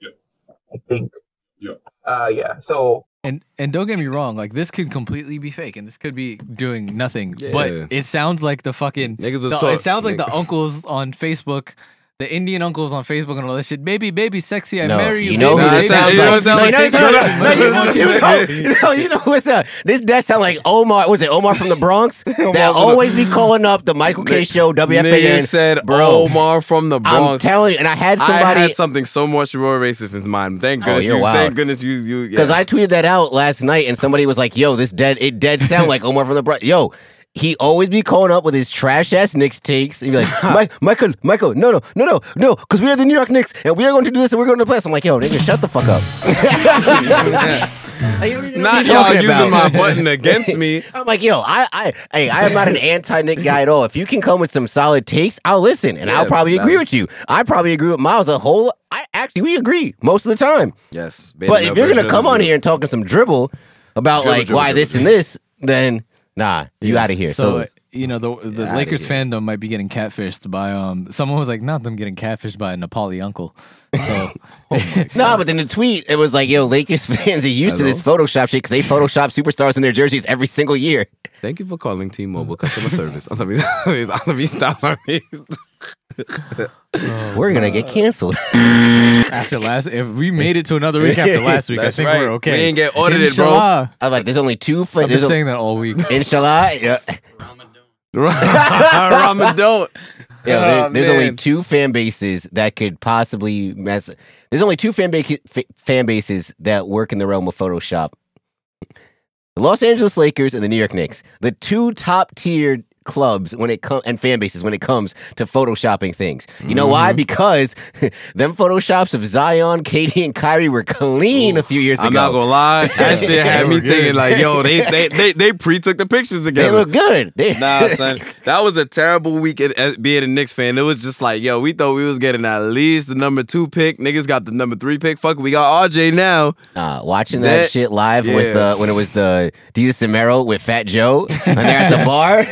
i think yeah uh yeah so And and don't get me wrong, like this could completely be fake, and this could be doing nothing. Yeah. But it sounds like the fucking. Niggas was the- talk- it sounds like nigga. the uncles on Facebook, the Indian uncles on Facebook, and all that shit. Baby, baby, sexy, I No, marry you. you know baby, who Nah, this it sounds- sounds you know like. it No, sounds you like know it Take sounds like. That. No, you know, you know, you know, you know what's up. This does sound like Omar. Was it Omar from the Bronx? that always be calling up the Michael K. Show, Nigga WFAN. said bro, Omar from the I'm Bronx. telling you, and I had I somebody Oh, had something so much more racist in mind. Thank goodness you're you. wild. Thank goodness you. You Because yes. I tweeted that out last night, and somebody was like, "Yo, this dead it dead sound like Omar from the Bronx." Yo, he always be calling up with his trash ass Knicks takes. He'd be like, Mike, "Michael, Michael, no, no, no, no, no," because we are the New York Knicks, and we are going to do this, and we're going to the playoffs. I'm like, "Yo, nigga, shut the fuck up." Like, you don't even know not what you're y'all talking using my about. button against me. I'm like, yo, I, I, hey, I am not an anti-Nick guy at all. If you can come with some solid takes, I'll listen, and I'll Yeah, probably that- agree with you. I probably agree with Miles a whole. I actually we agree most of the time. Yes, But if you're gonna come on here and talking some dribble about Dribble, like dribble, why dribble, this and this, then nah, you out of here. So, So you know the the outta Lakers here. fandom might be getting catfished by um someone was like not them getting catfished by a Nepali uncle. So oh No, but in the tweet, it was like, yo, Lakers fans are used to this Photoshop shit because they Photoshop superstars in their jerseys every single year. Thank you for calling T-Mobile customer service. I'm sorry. I'm sorry. Stop. I'm sorry. We're going to get canceled. after last, if we made it to another week after last week, I That's think right. we're okay. We didn't get audited, bro. Inshallah. I'm like, there's only two. Fo- I've there's been o- saying that all week. Inshallah. Yeah. Ramadan. Yeah, Oh, there- there's only man. two fan bases that could possibly mess. There's only two fan, ba- fa- fan bases that work in the realm of Photoshop: the Los Angeles Lakers and the New York Knicks, the two top tiered clubs when it comes and fan bases when it comes to photoshopping things. You know Mm-hmm. why? Because them photoshops of Zion, Katie, and Kyrie were clean a few years I'm ago. not gonna lie. That shit had me thinking like, yo, they they they, they pre took the pictures they together. look good. They- Nah, son, that was a terrible week at- as being a Knicks fan. It was just like, yo, we thought we was getting at least the number two pick. Niggas got the number three pick. Fuck, it, we got RJ now. Uh, watching that, That- shit live with yeah. uh, when it was the Dita Samero with Fat Joe and they're at the bar.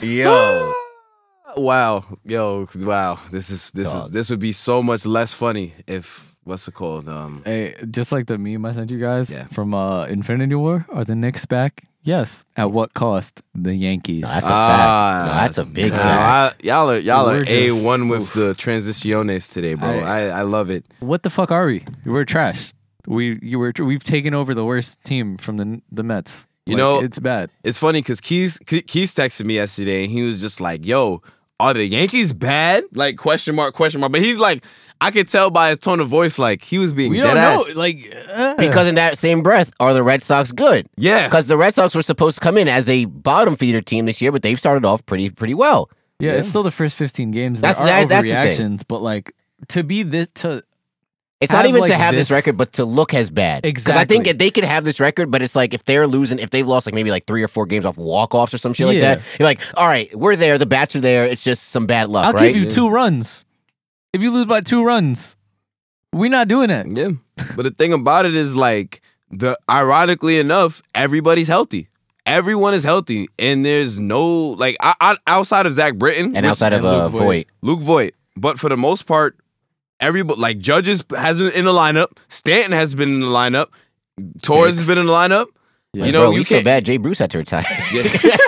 Yo, Wow, yo, wow. This is this is Dog. this would be so much less funny if what's it called? Um, Hey, just like the meme I sent you guys Yeah. from uh, Infinity War, are the Knicks back? Yes. At what cost? The Yankees. that's a Ah, fact. No, that's a big no, fact. I- y'all are y'all We're are a just- one with the transiciones today, bro. I, I- I, love it. what the fuck are we? We're trash. We you were we've taken over the worst team from the the Mets. You know- it's bad. It's funny because Keys Ke- Keys texted me yesterday and he was just like, "Yo, are the Yankees bad?" Like question mark question mark. But he's like, I could tell by his tone of voice, like he was being We dead don't ass. know. Like uh, Because in that same breath, are the Red Sox good? Yeah, Because the Red Sox were supposed to come in as a bottom feeder team this year, but they've started off pretty pretty well. yeah, it's still the first fifteen games. That's- there are that- that's the thing. overreactions, but like to be this to It's Have not even like to have this, this- record, but to look as bad. I think Exactly. if they could have this record, but it's like if they're losing, if they've lost like maybe like three or four games off walk offs or some shit like Yeah. that, you're like, all right, we're there, the bats are there, it's just some bad luck, I'll right? give you two runs. If you lose by two runs, we're not doing that. yeah. But the thing about it is, like, the ironically enough, everybody's healthy. Everyone is healthy, and there's no like I, I, outside of Zach Britton and which- outside of and uh, Luke Voigt. Voight. Luke Voigt. But for the most part, everybody like Judges has been in the lineup. Stanton has been in the lineup. Torres has been in the lineup. Yeah. You know, Bro, you we feel can't. bad. Jay Bruce had to retire.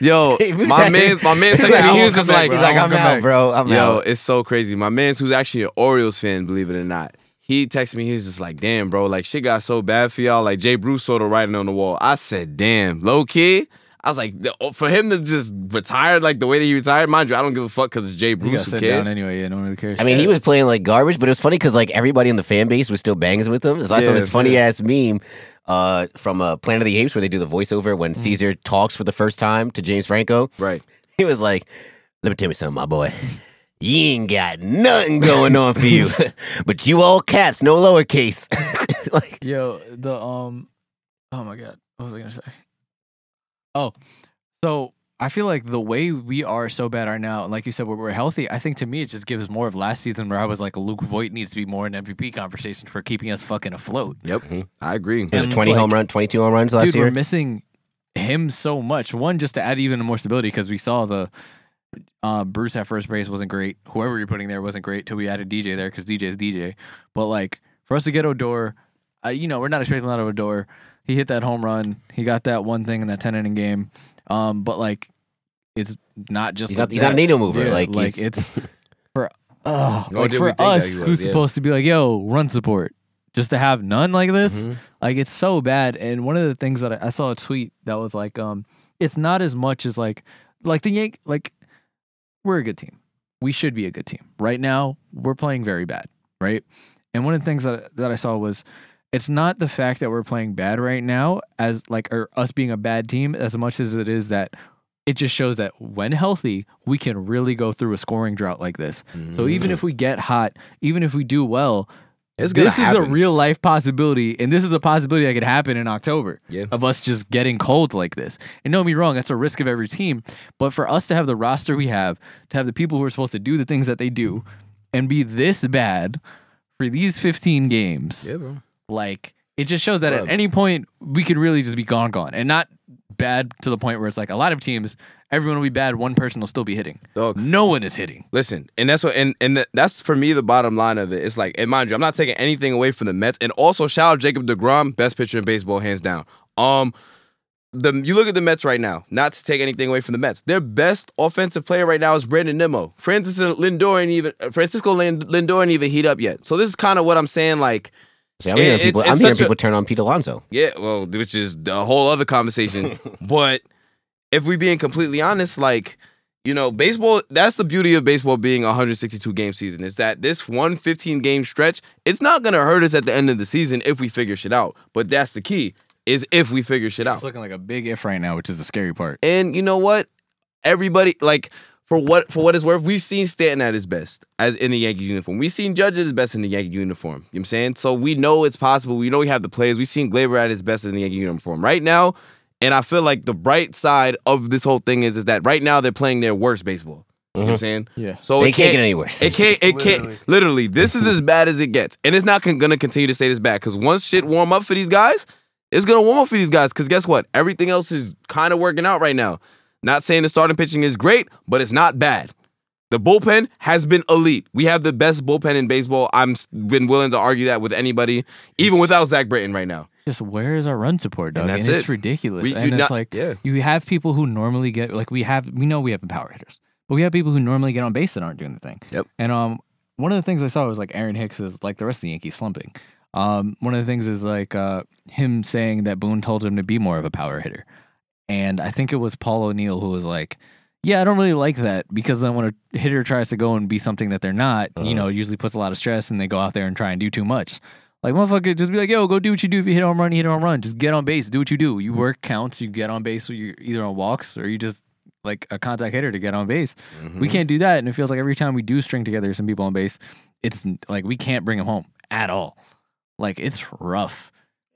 Yo, Hey, we my said- man, my man He's texted like, I me. He won't was come just back, like, bro. He's like, I'm out, bro. I'm Yo, out. it's so crazy. My man's who's actually an Orioles fan, believe it or not. He texted me. He was just like, "Damn, bro, like shit got so bad for y'all. Like Jay Bruce saw the writing on the wall." I said, "Damn, low key." I was like, the- oh, for him to just retire like the way that he retired, mind you, I don't give a fuck because it's Jay You got Bruce. Who sit cares? down anyway. Yeah, no one really cares. I mean, he was playing like garbage, but it was funny because like everybody in the fan base was still bangs with him. So I saw Yeah, this funny ass meme uh, from uh, Planet of the Apes where they do the voiceover when Mm. Caesar talks for the first time to James Franco. right. He was like, Let me tell you something, my boy. You ain't got nothing going on for you. but you all caps, no lowercase. like Yo, the um, oh my god, what was I gonna say? Oh, so I feel like the way we are so bad right now, and like you said, where we're healthy, I think to me it just gives more of last season where I was like, Luke Voigt needs to be more in MVP conversation for keeping us fucking afloat. Yep. I agree. And it's twenty home like, run, twenty two home runs last dude. We're year. missing him so much. One, just to add even more stability because we saw the. Uh, Bruce at first base wasn't great. Whoever you're putting there wasn't great till we added DJ there because DJ is DJ. But like for us to get Odor, uh, you know we're not expecting a lot of Odor. He hit that home run. He got that one thing in that ten inning game. Um, but like it's not just He's the not- he's not a Mets. needle mover, like, he's- it's for oh, Nor like did we for think that us he was, who's yeah. supposed to be like yo run support just to have none like Mm-hmm. Mm-hmm. this. Like it's so bad. And one of the things that I, I saw a tweet that was like, um, it's not as much as like like the Yank like we're a good team. We should be a good team. Right now, we're playing very bad, right? And one of the things that that I saw was it's not the fact that we're playing bad right now as like or us being a bad team as much as it is that it just shows that when healthy, we can really go through a scoring drought like this. So even if we get hot, even if we do well, Mm-hmm. It's gonna this is a happen. real life possibility, and this is a possibility that could happen in October Yeah. of us just getting cold like this. And don't get me wrong, that's a risk of every team. But for us to have the roster we have, to have the people who are supposed to do the things that they do, and be this bad for these 15 games, bro. like it just shows that Bruh. at any point we could really just be gone, gone, and not bad to the point where it's like a lot of teams, everyone will be bad, one person will still be hitting. Dog. No one is hitting. Listen, and that's what, and and th- that's for me the bottom line of it. It's like, and mind you, I'm not taking anything away from the Mets, and also shout out Jacob Degrom, best pitcher in baseball, hands down. Um, the you look at the Mets right now. Not to take anything away from the Mets, their best offensive player right now is Brandon Nimmo. Francisco Lindor ain't even Francisco Lin- Lindor ain't even heat up yet. So this is kind of what I'm saying. Like, See, I'm It- hearing it's- people. it's I'm hearing such a- people turn on Pete Alonso. yeah, well, which is a whole other conversation. but if we being completely honest, like, you know, baseball, that's the beauty of baseball being a 162 game season, is that this one 15 game stretch, it's not gonna hurt us at the end of the season if we figure shit out. But that's the key, is if we figure shit out. It's looking like a big if right now, which is the scary part. And you know what? Everybody like for what for what it's worth, we've seen Stanton at his best as in the Yankee uniform. We've seen Judge at his best in the Yankee uniform. You know what I'm saying? So we know it's possible. We know we have the players. We've seen Glaber at his best in the Yankee uniform. Right now, and I feel like the bright side of this whole thing is is that right now they're playing their worst baseball. You know what I'm saying? Yeah. Mm-hmm. So They Oh, it can't get any worse. It can't. It can't. Literally, this is as bad as it gets, and it's not con- gonna continue to stay this bad because once shit warm up for these guys, it's gonna warm up for these guys. Because guess what? Everything else is kind of working out right now. Not saying the starting pitching is great, but it's not bad. The bullpen has been elite. We have the best bullpen in baseball. I'm s- been willing to argue that with anybody, even without Zach Britton right now. Just where is our run support, dog? And And, that's it's it. ridiculous. We- and you it's not- like yeah. you have people who normally get like we have we know we have power hitters, but we have people who normally get on base that aren't doing the thing. Yep. And um, one of the things I saw was like Aaron Hicks is like the rest of the Yankees slumping. Um, one of the things is like uh him saying that Boone told him to be more of a power hitter, and I think it was Paul O'Neill who was like. Yeah, I don't really like that because then when a hitter tries to go and be something that they're not, Uh-huh. you know, it usually puts a lot of stress and they go out there and try and do too much. Like motherfucker, just be like, yo, go do what you do. If you hit a home run, you hit a home run. Just get on base. Do what you do. Mm-hmm. You work counts. You get on base. You're either on walks or you just like a contact hitter to get on base. Mm-hmm. We can't do that, and it feels like every time we do string together some people on base, it's n- like we can't bring them home at all. Like it's rough.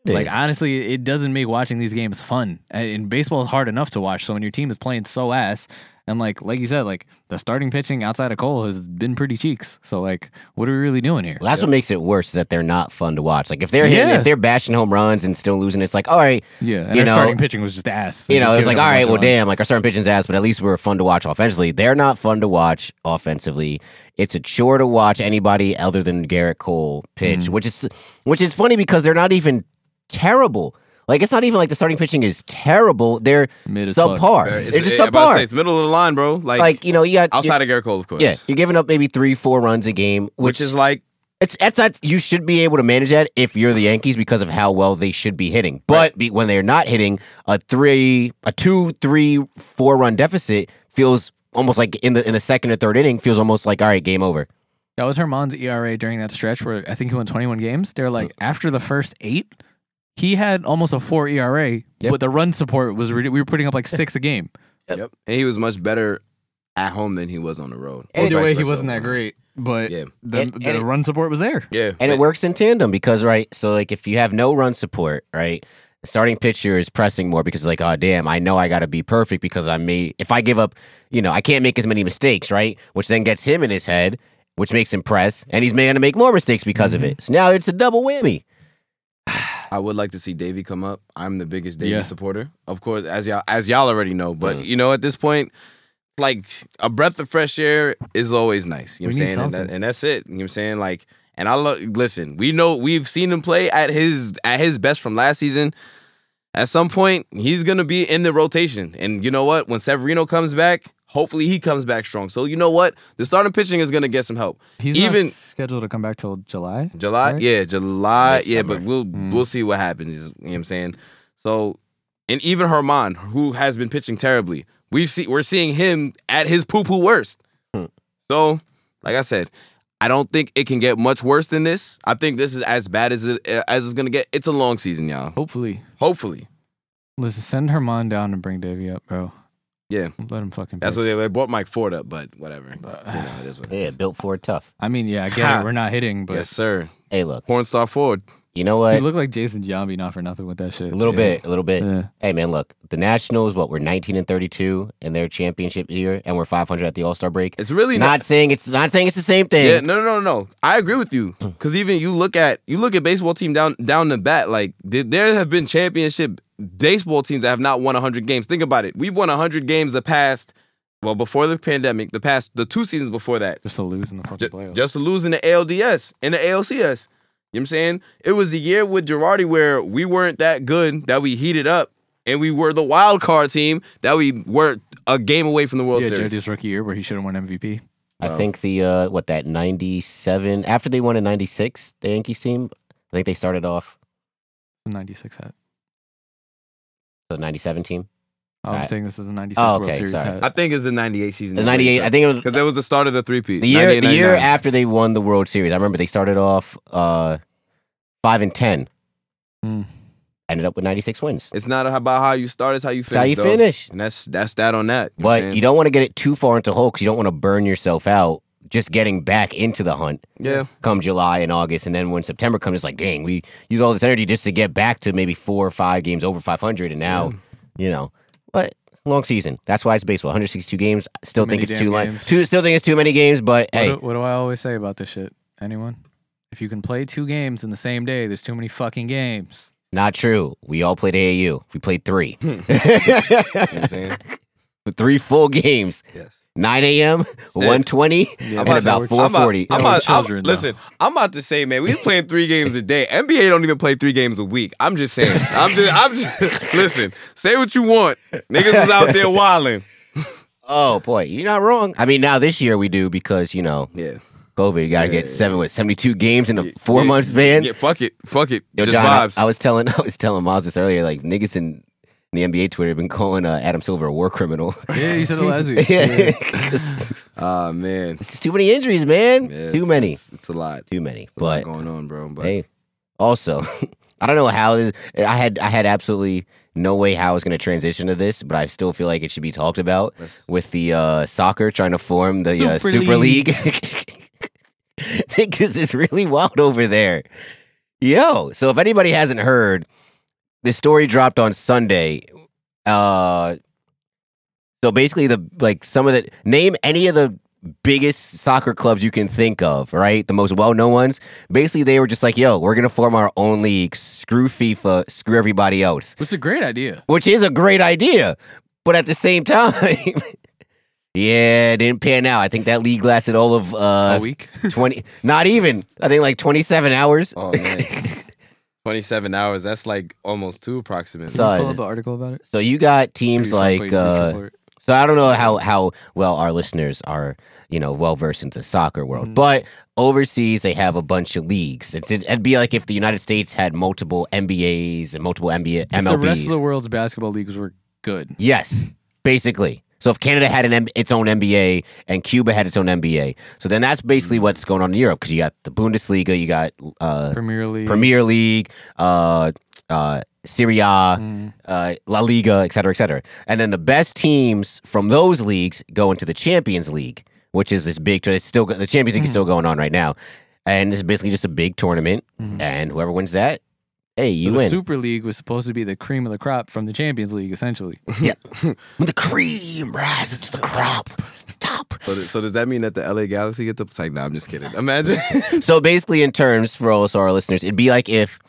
It like is. honestly, it doesn't make watching these games fun. And- And baseball is hard enough to watch. So when your team is playing so ass, and like like you said, like the starting pitching outside of Cole has been pretty cheeks. So like, what are we really doing here? Well, that's what makes it worse is that they're not fun to watch. Like if they're hitting, Yeah. if they're bashing home runs and still losing, it's like all right, Yeah, and You our know- starting pitching was just ass. you Just know, it's like giving up all a right, bunch well, of runs. damn, like our starting pitching's ass, but at least we're fun to watch offensively. They're not fun to watch offensively. It's a chore to watch anybody other than Garrett Cole pitch, Mm. which is which is funny because they're not even terrible. Like it's not even like the starting pitching is terrible. They're Mid as fuck. subpar. It's, eh, They're just I'm about to subpar. say, it's middle of the line, bro. Like, like you know, you got outside of Garrett Cole, of course. yeah, you're giving up maybe three, four runs a game, which, is like It's that's not, you should be able to manage that if you're the Yankees because of how well they should be hitting. But be, when they're not hitting, a three, a two, three, four run deficit feels almost like in the in the second or third inning feels almost like all right, game over. That was Herman's ERA during that stretch where I think he won 21 games. They're like after the first eight, he had almost a four ERA, but the run support was rid- we were putting up like six a game. Yep. And he was much better at home than he was on the road. Or Either vice way, he versa. wasn't that great, but Yeah. the, And- the and it- run support was there. Yeah. And it works in tandem because right, so like if you have no run support, right, the starting pitcher is pressing more because like, oh damn, I know I got to be perfect because I may if I give up, you know, I can't make as many mistakes, right? Which then gets him in his head, which makes him press, and he's going to make more mistakes because of it. So now it's a double whammy. I would like to see Davey come up. I'm the biggest Davey Yeah. Mm. supporter, of course, as y'all as y'all already know. But you know, at this point, like a breath of fresh air is always nice. You know We what I'm need saying? And, that, something. and that's it. You know what I'm saying? Like, and I love. Listen, we know we've seen him play at his at his best from last season. At some point, he's gonna be in the rotation. And you know what? When Severino comes back, hopefully he comes back strong. So you know what? The starting pitching is gonna get some help. He's Even even scheduled to come back till July. July, right? yeah, July, Late yeah. summer. But we'll we'll see what happens. is- You know what I'm saying? So, and even Herman, who has been pitching terribly, we see we're seeing him at his poo poo worst. So, like I said, I don't think it can get much worse than this. I think this is as bad as it as it's gonna get. It's a long season, y'all. Hopefully, Hopefully, listen, send Herman down and bring Davey up, bro. Yeah. let him fucking. that's what pitch. they, they brought Mike Ford up, but whatever. you know, it is what it Yeah, is. built for it tough. I mean, yeah, I get Ha. it. We're not hitting, but yes, sir. Hey, look, Porn star Ford. you know he what? looked like Jason Giambi not for nothing with that shit. A little bit, a little bit. Yeah. Hey, man, look, the Nationals, what, we're 19 and 32 in their championship year, and we're 500 at the All Star break. It's really not saying it's not saying it's the same thing. Yeah, no, no, no, no. I agree with you because even you look at you look at baseball team down down the bat. Like th- there have been championship baseball teams that have not won 100 games. Think about it. We've won 100 games the past, well, before the pandemic, the past, the two seasons before that. Just to lose in the fucking Ju- playoffs. Just losing the ALDS and the ALCS. You know what I'm saying? It was the year with Girardi where we weren't that good that we heated up and we were the wild card team that we were a game away from the World yeah, Series. Jersey's rookie year where he should have won MVP. I think the uh, what that ninety seven after they won in ninety six, the Yankees team. I think they started off The 96 hat. the ninety seven team. I'm Alright. saying this is the 96 Oh, World okay, Series sorry. I hat. think it's the 98 season. The ninety eight. I think it was Because that was the start of the three-peat. the year 98, the year 99. after they won the World Series. I remember they started off uh, five and ten, Hmm. Mm. ended up with ninety six wins. It's not about how you start, it's how you finish. That's how you though. finish. And that's that's that on that. You know what But I'm saying? you don't want to get it too far into hole because you don't want to burn yourself out just getting back into the hunt Yeah. come July and August. And then when September comes, it's like, dang, we use all this energy just to get back to maybe four or five games over 500. And now, you know, but long season. That's why it's baseball. 162 games. I Still Too think many it's damn too long. games. Too, still think it's too many games, but What, hey, do, what do I always say about this shit? Anyone? If you can play two games in the same day, there's too many fucking games. not true. We all played AAU. We played three. Hmm. You know what I'm saying? three full games. yes. 9 a.m., 120, and but about we're- 440. Y'all I'm were about, I'm- children, though. listen, I'm about to say, man, we playing three games a day. NBA don't even play three games a week. I'm just saying. I'm just, I'm just. Listen, say what you want. Niggas is out there wilding. Oh boy, you're not wrong. I mean, now this year we do because you know Yeah. COVID. You got to get seven what seventy two games in a four month span. Yeah. Fuck it. Fuck it. Yo, just John, I- vibes. I, was telling I was telling Miles this earlier. Like niggas in, in the NBA Twitter have been calling uh, Adam Silver a war criminal. Yeah, you said it last week. it's Ah man. just too many injuries, man. Yeah, it's- too many, It's, it's a lot. too many. It's a lot But going on, bro. But hey, also, I don't know how this. I had I had absolutely no way how I was going to transition to this, but I still feel like it should be talked about Let's- with the uh, soccer trying to form the Super, uh, Super Super League. Because it's really wild over there. Yo, so if anybody hasn't heard, this story dropped on Sunday. Uh, so basically, the like some of the name any of the biggest soccer clubs you can think of, right? The most well known ones. Basically, they were just like, "Yo, we're gonna form our own league. Screw FIFA. Screw everybody else." Which is a great idea. which is a great idea. But at the same time, yeah, it didn't pan out. I think that league lasted all of A uh, week. 20, not even, I think like 27 hours. oh man. Twenty-seven hours. That's like almost two approximately. So- Pull up an article about it. So you got uh, teams Maybe if I like, put your uh, controller- so I don't know how, how well our listeners are, you know, well versed into the soccer world, Mm. but overseas they have a bunch of leagues. It's, it'd be like if the United States had multiple NBAs and multiple NBA, MLBs. if the rest of the world's basketball leagues were good. Yes, basically. So if Canada had an M- its own NBA and Cuba had its own NBA, so then that's basically what's going on in Europe because you got the Bundesliga, you got uh, Premier League. Premier League, uh, uh, Serie A, Mm. uh, La Liga, et cetera, et cetera. And then the best teams from those leagues go into the Champions League, which is this big. It's still the Champions League is still going on right now, and it's basically just a big tournament. And whoever wins that, hey, So you the win. Super League was supposed to be the cream of the crop from the Champions League, essentially. when the cream rises to the crop, top. So, th- so does that mean that the LA Galaxy gets up? It's like, nah, I'm just kidding. Imagine. so basically, in terms for all us our listeners, it'd be like if,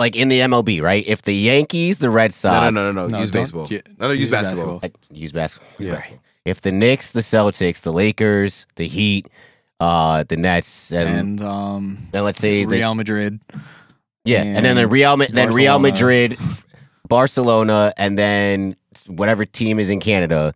like in the MLB, right? If the Yankees, the Red Sox, no, no, no, no, no. No, Oh, Use don't- baseball. yeah, no, no, use, use basketball. basketball. I- use basketball. Yeah. Right. If the Knicks, the Celtics, the Lakers, the Heat, uh, the Nets, and, and um, then let's say the Real Madrid. yeah, and, then the and Real Ma- then Real Barcelona. Madrid, Barcelona, and then whatever team is in Canada,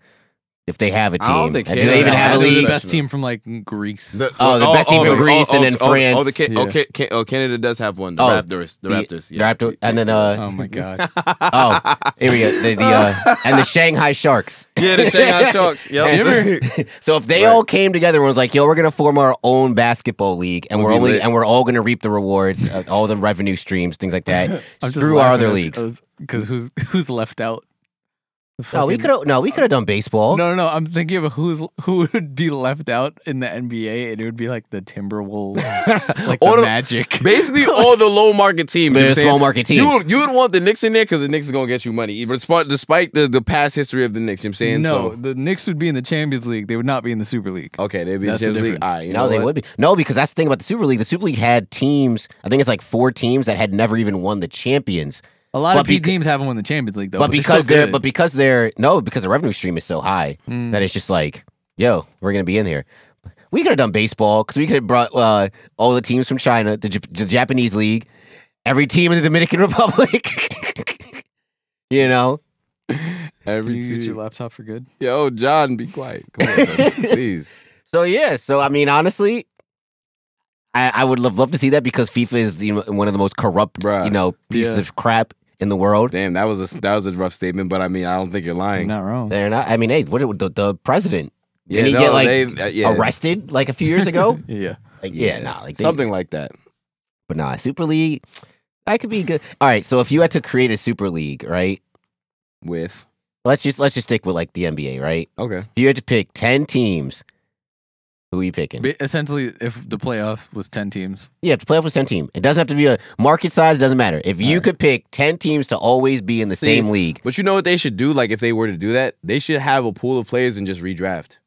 if they have a team, I don't think And do Canada they even have a has They're league? The best team from like Greece. The- Oh, the best team from Greece and then oh, France. Oh, the, Ca- Yeah. oh, Ca- Ca- oh, Canada does have one. The Oh, Raptors. The, The- Raptors. the Yeah. Raptor- and then uh, oh my god. oh, here we go, the, the uh, and the Shanghai Sharks. yeah, the Shanghai Sharks. Yep. So if they all came together and was like, "Yo, we're gonna form our own basketball league, and we're be only lit. and we're all gonna reap the rewards, uh, all the revenue streams, things like that, through our other leagues." Because who's who's left out? The No, we fucking- could have no, we could have done baseball. No, no, no. I'm thinking of who's who would be left out in the NBA, and it would be like the Timberwolves, like the All the- Magic. Basically, all the low market teams. They're you know what I'm small saying? market You teams. would, you would want the Knicks in there because the Knicks is gonna get you money, even despite, despite the, the past history of the Knicks. You know what I'm saying no, So, the Knicks would be in the Champions League. They would not be in the Super League. Oh, okay, they'd be in That's the Champions League. difference. All right, you no, know they what? would be no because that's the thing about the Super League. The Super League had teams. I think it's like four teams that had never even won the champions. A lot But of P becau- teams haven't won the Champions League though. but because they're still but because they're no because the revenue stream is so high Mm. that it's just like yo we're gonna be in here we could have done baseball because we could have brought uh, all the teams from china the, Jap the japanese league every team in the dominican republic you know Every good. team- laptop for good. Yo, John, be quiet. Come on, son. please. so yeah so i mean honestly i, I would love, love to see that because fifa is the, one of the most corrupt Bruh. you know pieces Yeah. of crap in the world Damn, that was a that was a rough statement, but I mean, I don't think you're You're lying. not wrong. they're not i mean hey what the, the president Yeah, Didn't he no, get, like, they- uh, yeah, arrested like a few years ago Yeah. like yeah, nah like they, something like that. But nah, Super League, that could be good. All right, so if you had to create a Super League, right? With Let's just let's just stick with like the NBA, right? okay, If you had to pick ten teams, who are you picking? Ba- Essentially, if the playoff was ten teams, You have to play off with ten team. It doesn't have to be a market size. It doesn't matter. If you could pick ten teams to always be in the See, same league, but you know what they should do? Like, if they were to do that, they should have a pool of players and just redraft.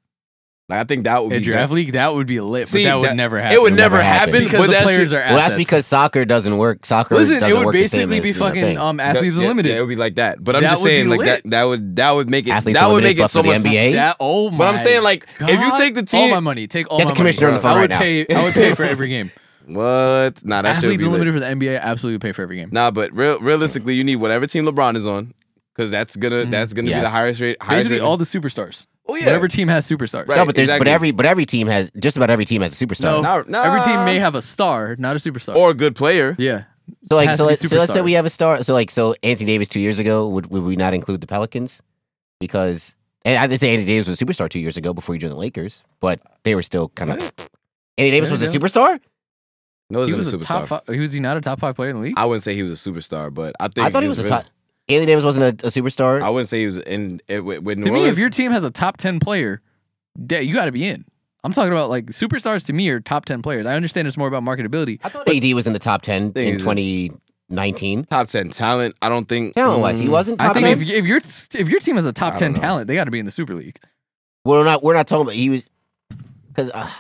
Like, I think that would a be draft league, that would be lit. See, but that would that- never happen. It would never happen. happen, because but the that players should- are assets. well, that's because soccer doesn't work. Soccer Listen, doesn't it would work the same basically as, be you know, fucking thing. um, athletes Yeah, unlimited. Yeah, it would be like that. But I'm That just would be saying, like lit. that, that would that would make it Athletes that would Unlimited, make it but so for the much. fun. NBA, That, oh my! But I'm saying, like, if you God. take the all team, my money, take all Get my the commissioner money, on the phone I right would now. pay. I would pay for every game. what? Nah, that should Athletes be lit. unlimited for the NBA. Absolutely pay for every game. Nah, but real, realistically, you need whatever team LeBron is on, because that's gonna Mm. that's gonna be Yes. the highest rate. Highest Basically, rate. all the superstars. oh yeah, Whatever team has superstars. Right. no, but there's but exactly. every but every team has just about every team has a superstar. No, Nah, nah. every team may have a star, not a superstar. or a good player. yeah, So like has so, to be let, so let's say we superstars. have a star. So like so Anthony Davis two years ago would would we not include the Pelicans because and I did say Anthony Davis was a superstar two years ago before he joined the Lakers, but they were still kind of. Anthony Davis Yeah, was a yeah. superstar. No, he he was a a top superstar. five. He was he not a top five player in the league? I wouldn't say he was a superstar, but I think I thought he was a really- top. Anthony Davis wasn't a, a superstar. I wouldn't say he was in it, with, with New to me, Orleans. if your team has a top ten player, da- you got to be in. I'm talking about like superstars. To me, are top ten players. I understand it's more about marketability. I thought AD was in the top ten he in was a- twenty nineteen. top ten talent, I don't think mm, Talent wise, he wasn't Mm, I top think ten. if, if your if your team has a top I ten don't know. talent, they got to be in the Super League. we're not we're not talking about he was because uh,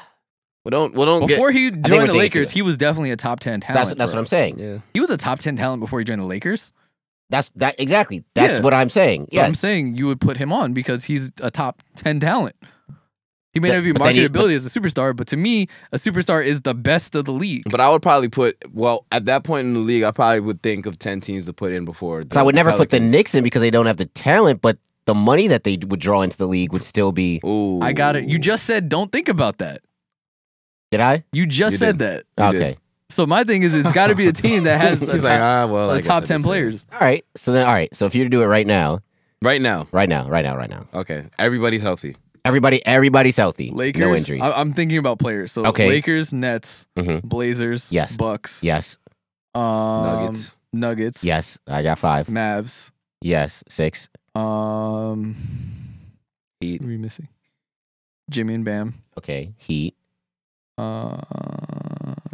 Well, don't well don't Before he we're joined the digging Lakers, too he was definitely a top ten talent. that's that's what bro. I'm saying. get yeah. He was a top ten talent before he joined the Lakers. That's that exactly. That's Yeah. what I'm saying. But I'm Yes, saying you would put him on because he's a top ten talent. He may But- not be but then he- marketability as a superstar, but to me, a superstar is the best of the league. But I would probably put well at that point in the league, I probably would think of ten teams to put in before. So I would never put the Pelicans. Knicks in because they don't have the talent, but the money that they would draw into the league would still be. Ooh, I got it. You just said don't think about that. Did I? You just You said that. You did. okay. So my thing is, it's got to be a team that has He's a top, like ah well a I guess top I ten just said it. players. All right. So then, all right. So if you were to do it right now, right now. right now, right now, right now, Okay, everybody's healthy. everybody, everybody's healthy. Lakers. No injuries. I, am thinking about players. So Okay. Lakers, Nets, Mhm. Blazers, Yes. Bucks, yes. um, Nuggets. Nuggets, Yes. I got five. Mavs. Yes. Six. Um, Heat. Who are we missing? Jimmy and Bam. Okay. Heat. Uh,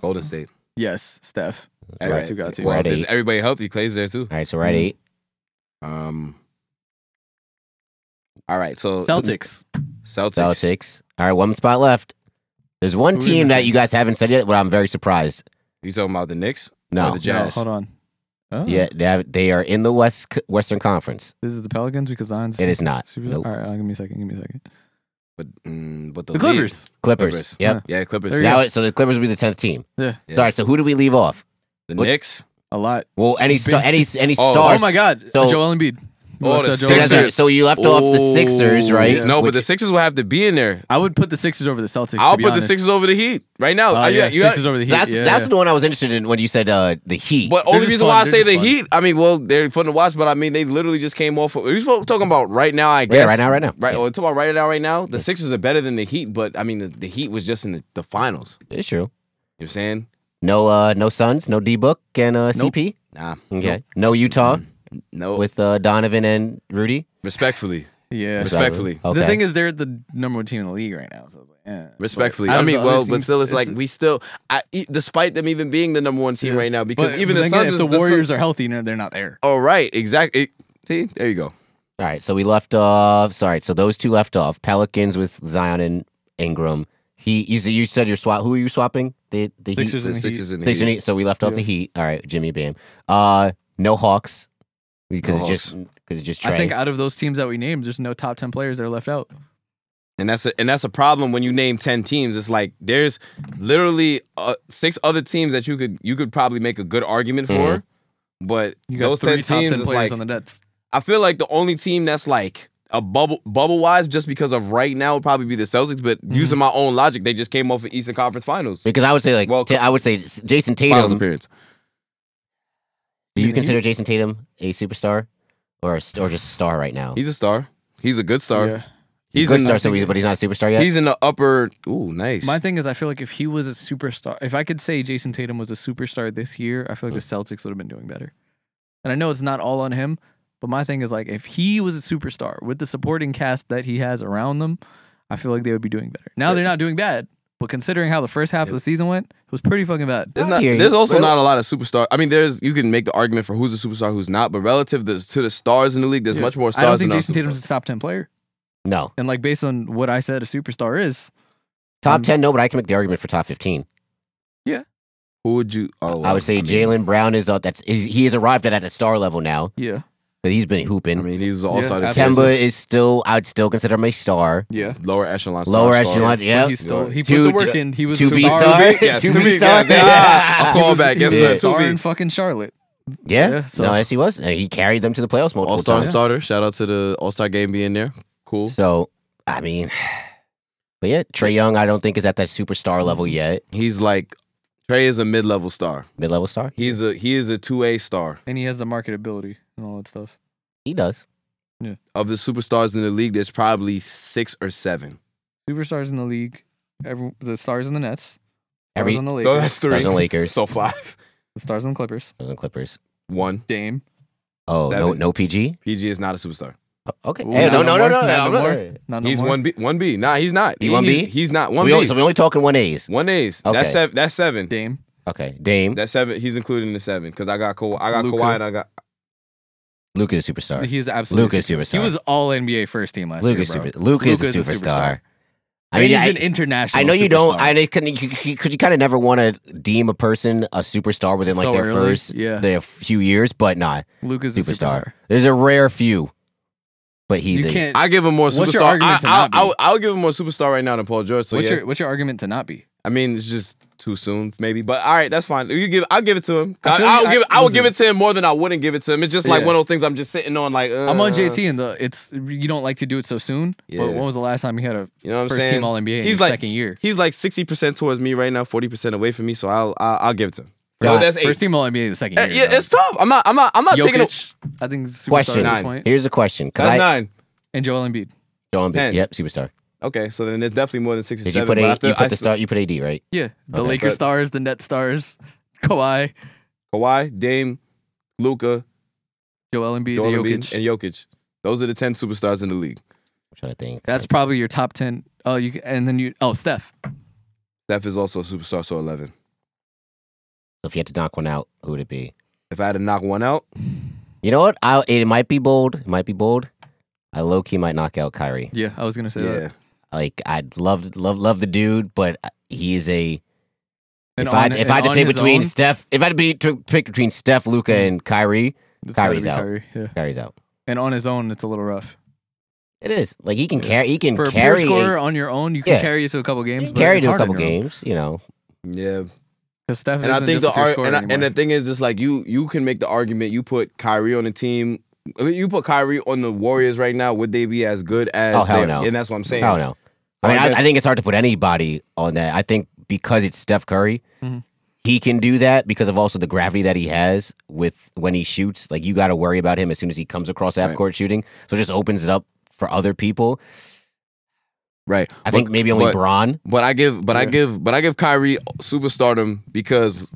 Golden State. yes, Steph. All Got right. to, got to. Well, Right. there's everybody healthy. Clay's there too. All right. So we're at Mhm. eight. Um. All right, so Celtics. Celtics. Celtics. All right. One spot left. There's one Who we team that missing? you guys haven't said yet, but I'm very surprised. You talking about the Knicks? No. Or the No, Jazz. hold on. Oh, Yeah. They, have, they are in the West Western Conference. This is the Pelicans because Zion's. It is not. super- Nope. All right, uh, give me a second. Give me a second. But, mm, but the, The Clippers. Clippers. Clippers. Yep. League, yeah, Clippers. There So you now go. it- so the Clippers will be the tenth team. Yeah, Yeah. Sorry. So who do we leave off? The What- Knicks. a lot. Well, any star, any any Oh, stars. Oh my God. So- Joel Embiid. You Oh, left the out Joel So, Embiid. that's Sixers. right. So you left off the Sixers, Oh, Ooh. right? No, but Which- the Sixers will have to be in there. I would put the Sixers over the Celtics. I'll to be put the honest. Sixers over the Heat right now. Oh, I- yeah, you- Sixers over the Heat. That's yeah, that's yeah. the one I was interested in when you said uh, the Heat. But only just reason fun. why I They're say just the fun. Heat, I mean, well, they're fun to watch, but I mean, they literally just came off. Of, we were talking about right now, I guess. right now, right now. Right, Yeah. well, talking about right now, right now. The Sixers are better than the Heat, but I mean, the, the Heat was just in the, the finals. it's true. You know what I'm saying? No, uh, no Suns, no D Book and uh, CP. Nah. Okay, no Utah Mm. No. with uh, Donovan and Rudy. respectfully. Yeah. Respect- Respectfully. Okay. The thing is, they're the number one team in the league right now. So I was like, eh. Respectfully, But out I of mean, the other well, but teams, still, it's, it's- like we still, I, e- despite them even being the number one team Yeah. right now, because But- even but the then again, Suns, if is- the Sun- Warriors are healthy, no, they're not there. Oh, right, exactly. See, there you go. all right. So we left off. Sorry. So those two left off. Pelicans with Zion and Ingram. He. You, said- you said you're swap. Who are you swapping? The the Heat. Sixers The and the Heat. Sixers and the Sixers. Heat. and Heat. So we left off Yeah. the Heat. All right. Jimmy Bam. Uh, no Hawks. because The it just because it just. Trey. I think out of those teams that we named, there's no top ten players that are left out. And that's a, and that's a problem when you name ten teams. It's like there's literally uh, six other teams that you could you could probably make a good argument for, Mhm. but Mm-hmm. You got those three ten top teams ten is players like on the Nets. I feel like the only team that's like a bubble bubble wise just because of right now would probably be the Celtics. But Mm-hmm. using my own logic, they just came off of Eastern Conference Finals. because I would say like Well, Ta- I would say s- Jason Finals Tatum. appearance. Do you consider Jason Tatum a superstar or a, st- or just a star right now? He's a star. He's a good star. Yeah. He's a good in star, the, so he's, but he's not a superstar yet. he's in the upper. Ooh, nice. My thing is, I feel like if he was a superstar, if I could say Jason Tatum was a superstar this year, I feel like the Hmm. Celtics would have been doing better. And I know it's not all on him, but my thing is like if he was a superstar with the supporting cast that he has around them, I feel like they would be doing better. Now they're not doing bad, but considering how the first half of the season went, it was pretty fucking bad. There's I not. hear you. There's also Well- not a lot of superstar. I mean, there's you can make the argument for who's a superstar, who's not, but relative to, to the stars in the league, there's much more I don't stars. think than not Jason superstars. Tatum's a top ten player, no and like based on what I said, a superstar is. top Mm. ten. No, but I can make the argument for top fifteen. Who would you? Oh, I would say Jalen Brown is uh, that's he's, he has arrived at, at the star level now. Yeah, But he's been I hooping. mean, he was an all-star. Yeah, this absolutely. Kemba is still I'd still consider him a star. yeah. season. lower echelon. star, Lower star. echelon, yeah. But he still he put Two- the work in. He was two a B star. star. Yeah, Two to B me, star. yeah, yeah. He Call was- back, he yes, was sir. a star Two B. in fucking Charlotte. Yeah. Yeah, so- No, yes, he was. And he carried them to the playoffs multiple All-star times. starter. Shout out to the all-star game being there. Cool. So I mean But yeah, Trey Young I don't think is at that superstar level Mm-hmm. yet. He's like Trey is a mid-level star. Mid level star. He's a he is a two A star and he has the marketability and all that stuff. He does. of the superstars in the league. There's probably six or seven. Superstars in the league, every, the stars in the Nets, stars Every on the So Lakers, that's three. Stars on Lakers. So five. the stars on the Clippers, Those are Clippers. One. Dame. Oh, no Seven. no PG? PG is not a superstar. Oh, Okay. Ooh, Hey, not no, no, no, more, no, not no, I'm more, not- not no He's more. one B. One B. Nah, he's not. He one B? He's, he's not one we B. only, so we're only talking one A's. One A's. Okay. That's seven. That's seven. Dame. Okay. Dame. That's seven. He's included in the seven because I got Kawhi. I got Luka. Kawhi and I got. Luke is a superstar. He is absolutely Luke is a super- superstar. He was all NBA first team last Luke year, is bro. super, Luke is Luka a is a superstar. superstar. I and mean, he's I, an international. I know you don't. superstar. I know- can you, you- could you kind of never want to deem a person a superstar within like So their early, first yeah. their few years, but not Luke is a superstar. superstar. There's a rare few, but he's You a, can't. I give him more What's your superstar. argument I, to I, not be? I, would- I would give him more superstar right now than Paul George. So what's yeah, your What's your argument to not be? I mean, it's just too soon, maybe. But all right, that's fine. You give. I'll give it to him. I I, feel I'll you. I- give. I would give it listen. to him more than I wouldn't give it to him. It's just like Yeah. one of those things I'm just sitting on. Like uh, I'm on JT, and the it's you don't like to do it so soon. Yeah. But when was the last time he had a You know what I'm first saying? team All NBA in He's his like second year? He's like sixty percent towards me right now, forty percent away from me. So I'll I'll, I'll give it to him. Got So it. that's eight. First team All NBA in the second Uh, year. yeah, bro. it's tough. I'm not. I'm not. I'm not taking. A, Jokic, I think is a superstar question. at this Nine. point. Here's a question because that's I nine. And Joel Embiid. Joel Embiid, Ten. yep, superstar. Okay, so then it's definitely more than six or Did you seven. put but I a, feel- you I put the s- star? You put AD, right? Yeah, the Okay. Lakers But- stars, the Net stars, Kawhi, Kawhi, Dame, Luca, Joel Embiid, Joel Jokic. Embiid, and Jokic. Those are the ten superstars in the league. I'm trying to think. That's probably your top ten. Oh, you and then you. Oh, Steph. Steph is also a superstar, so eleven. So if you had to knock one out, who would it be? If I had to knock one out, You know what? I it might be bold. It might be bold. I low key might knock out Kyrie. Yeah, I was gonna say yeah, that. Like I'd love love love the dude, but he is a And if I on- if and I had to on pick his between own, Hmm. Steph, if I had to be to pick between Steph, Luca, and Kyrie, it's gotta Kyrie's be out. Kyrie, yeah. Kyrie's out. And on his own, it's a little rough. It is like he can carry. He can For a pure carry. scorer on your own, you can Yeah. carry it to a couple games. he can but carry it's to a hard on couple your own. games. You know, yeah. 'Cause Steph And I isn't think just the a pure ar- scorer and, I, and anymore. the thing is, just like you, you can make the argument. You put Kyrie on the team. I mean, you put Kyrie on the Warriors right now. Would they be as good as? Oh, hell they- no. And that's what I'm saying. I don't know. I So mean, I I, I guess- think it's hard to put anybody on that. I think because it's Steph Curry, Mhm. he can do that because of also the gravity that he has with when he shoots. Like you got to worry about him as soon as he comes across half Right. court shooting. So it just opens it up for other people. Right. I think But- maybe only but- Braun. But I give, but I give, but I give Kyrie superstardom because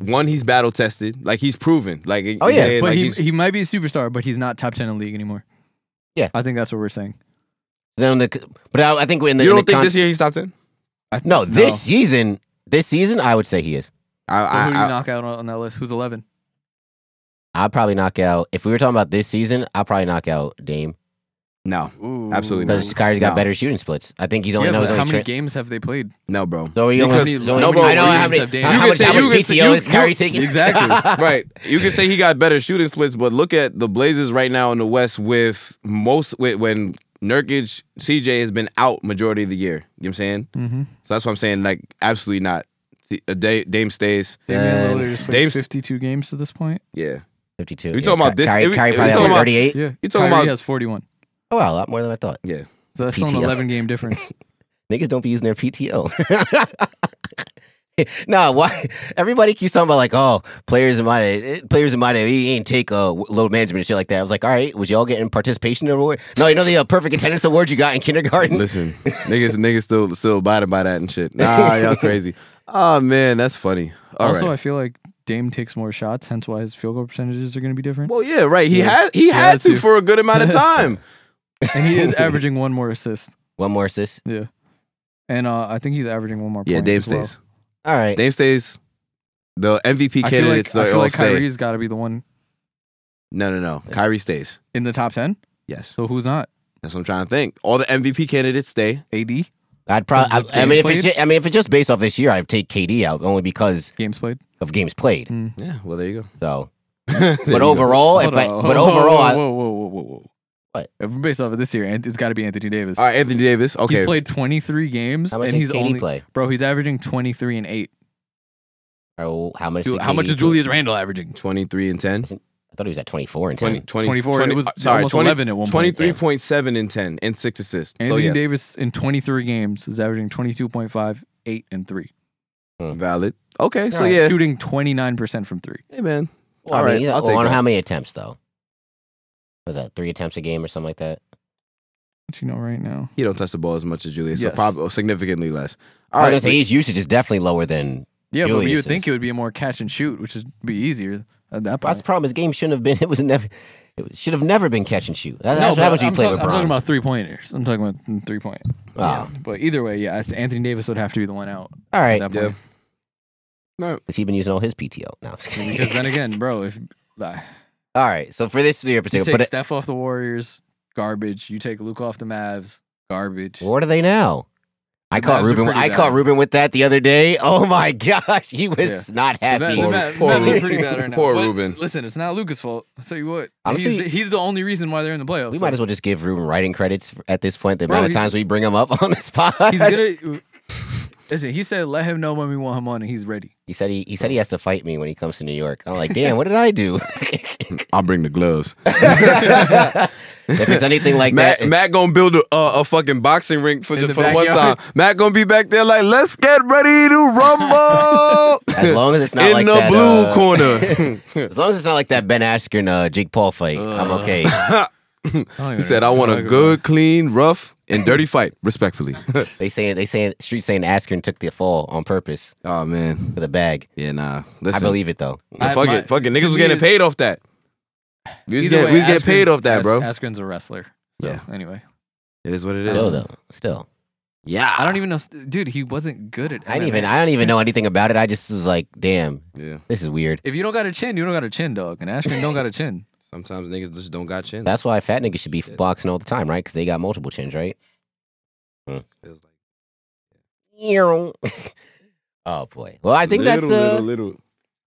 one, he's battle tested. Like he's proven. Like you Oh, yeah. saying, but like, he he's- he might be a superstar, but he's not top ten in the league anymore. Yeah. I think that's what we're saying. Then the, but I, I think in the you in don't the think con- this year he's top ten? I th- no this season this season I would say he is. I, So who do I- you I- knock out on on that list? Who's eleven? I'd probably knock out if we were talking about this season, I'd probably knock out Dame. No, absolutely not. Because Kyrie's got No. better shooting splits. I think he's only yeah, knows but how only. many Tra- games have they played? No, bro. so he Because only. he- so he- no, bro, I know how Williams many. have damn- How, You how can much, say- how you much can say- PTO you- is Kyrie you- taking? exactly. right. You can say he got better shooting splits, but look at the Blazers right now in the West with most with, when Nurkic, CJ has been out majority of the year. You know what I'm saying? Mm-hmm. So that's what I'm saying. Like, absolutely not. See, uh, Da- Dame stays. Damian Lillard has played Dave's- 52 games to this point. Yeah. Fifty-two. We talking about this- Kyrie, we- Kyrie we probably has talking about- thirty-eight. Yeah, You talking Kyrie about- has 41. Oh wow, a lot more than I thought. Yeah. So that's still an PTO. 11 game difference. Niggas don't be using their PTO. nah, why? Everybody keeps talking about like, oh, players in my day, players in my day, he ain't take uh, load management and shit like that. I was like, all right, was y'all getting participation award? No, you know the uh, perfect attendance award you got in kindergarten. Listen, niggas, niggas still still abiding by that and shit. Nah, y'all crazy. Oh man, that's funny. All right. also, I feel like Dame takes more shots, hence why his field goal percentages are going to be different. Well, yeah, right. He had he had has to, to. for a good amount of time. and he is averaging one more assist. One more assist. Yeah. And uh, I think he's averaging one more yeah, point. Dame as well. stays. All right. Dame stays. The MVP I feel candidates like, I are feel all like stay. Kyrie's got to be the one No, no, no. Kyrie stays. in the top 10. Yes, So who's not? that's what I'm trying to think. All the MVP candidates stay. AD? I'd probably. Because of I, I mean, if games it's just, I mean, if it's just based off this year, I'd take KD out only because Games played. of games played. Hmm. Yeah. Well, there you go. So, There you but go. overall, if I, Hold on. but Whoa, whoa, overall, I- Whoa, whoa, whoa, whoa, whoa. What? If we're Based off of this year, Ant- it's got to be Anthony Davis. all right, Anthony Davis. Okay. He's played 23 games, how much and did he's KD only play? bro. He's averaging 23 and eight. Or how much? Dude, did how much KD is play? Julius Randle averaging? 23 and 10. I thought he was at twenty-four and 20, 10. 20, 24, and it was almost 11 at one point. 23.7 and 10 and 6 assists. Anthony so, yes, Davis in 23 games is averaging 22.5, eight and three, valid. Okay, so yeah. shooting 29 percent from three. Hey, man. Well, All I mean, right, yeah, I'll well, take on that. how many attempts though? Was that three attempts a game or something like that? What you know right now? He don't touch the ball as much as Julius, so Yes. probably significantly less. I All was right. gonna say his usage is definitely lower than. Yeah, but you Julius would think is- it would be a more catch and shoot, which would be easier at that That's point. the problem. His game shouldn't have been. It was never. It should have never been catch and shoot. That- That's No, but what happens when I'm, you play talk- with I'm LeBron. talking about three pointers. I'm talking about three point. Oh. Yeah, but either way, yeah, I th- Anthony Davis would have to be the one out. All right, At that Yeah. point. because he's been using all his PTO now. Because then again, bro, if uh, all right, so for this year in you particular, take but Steph off the Warriors, garbage. You take Luke off the Mavs, garbage. what are they now? I The caught Mavs are Ruben. pretty I bad. caught Ruben with that the other day. Oh my gosh, he was not The Ma- happy. the Ma- the poor Mavs are Ruben. pretty bad right now. Poor But Ruben. Listen, it's not Luca's fault. I'll tell you what. Honestly- he's, the, he's the only reason why they're in the playoffs. we might as well just give Ruben writing credits at this point. The Bro, amount of he's- times we bring him up on the spot. He's gonna listen. He said, "Let him know when we want him on, and he's ready." He said he, he said he has to fight me when he comes to New York. I'm like, damn, what did I do? I'll bring the gloves. if it's anything like Matt, that, Matt gonna build a, a, a fucking boxing ring for, the, the for the one time. backyard. Matt gonna be back there like, let's get ready to rumble as long as it's not in like the that, blue uh, corner. as long as it's not like that Ben Askren uh, Jake Paul fight, Uh-huh. I'm okay. he said, I want a good, clean, rough, and dirty fight, respectfully. they saying they saying street saying Askren took the fall on purpose oh man, for the bag. yeah, nah. I Listen, believe it though. I- fuck my- it, fuck it. to Niggas was me getting is- paid off that. We was getting, we was getting paid off that, bro. Askren's a wrestler. So, Yeah. Anyway, It is what it Still is. though, still. Yeah, I don't even know, dude. He wasn't good at. I didn't MMA. even I don't even know anything about it. I just was like, damn, Yeah. this is weird. If you don't got a chin, you don't got a chin, dog. And Askren don't got a chin. Sometimes niggas just don't got chins. That's why fat niggas should be boxing all the time, right? Because they got multiple chins, right? Feels like- oh boy. Well, I think that's uh, Little, little, little.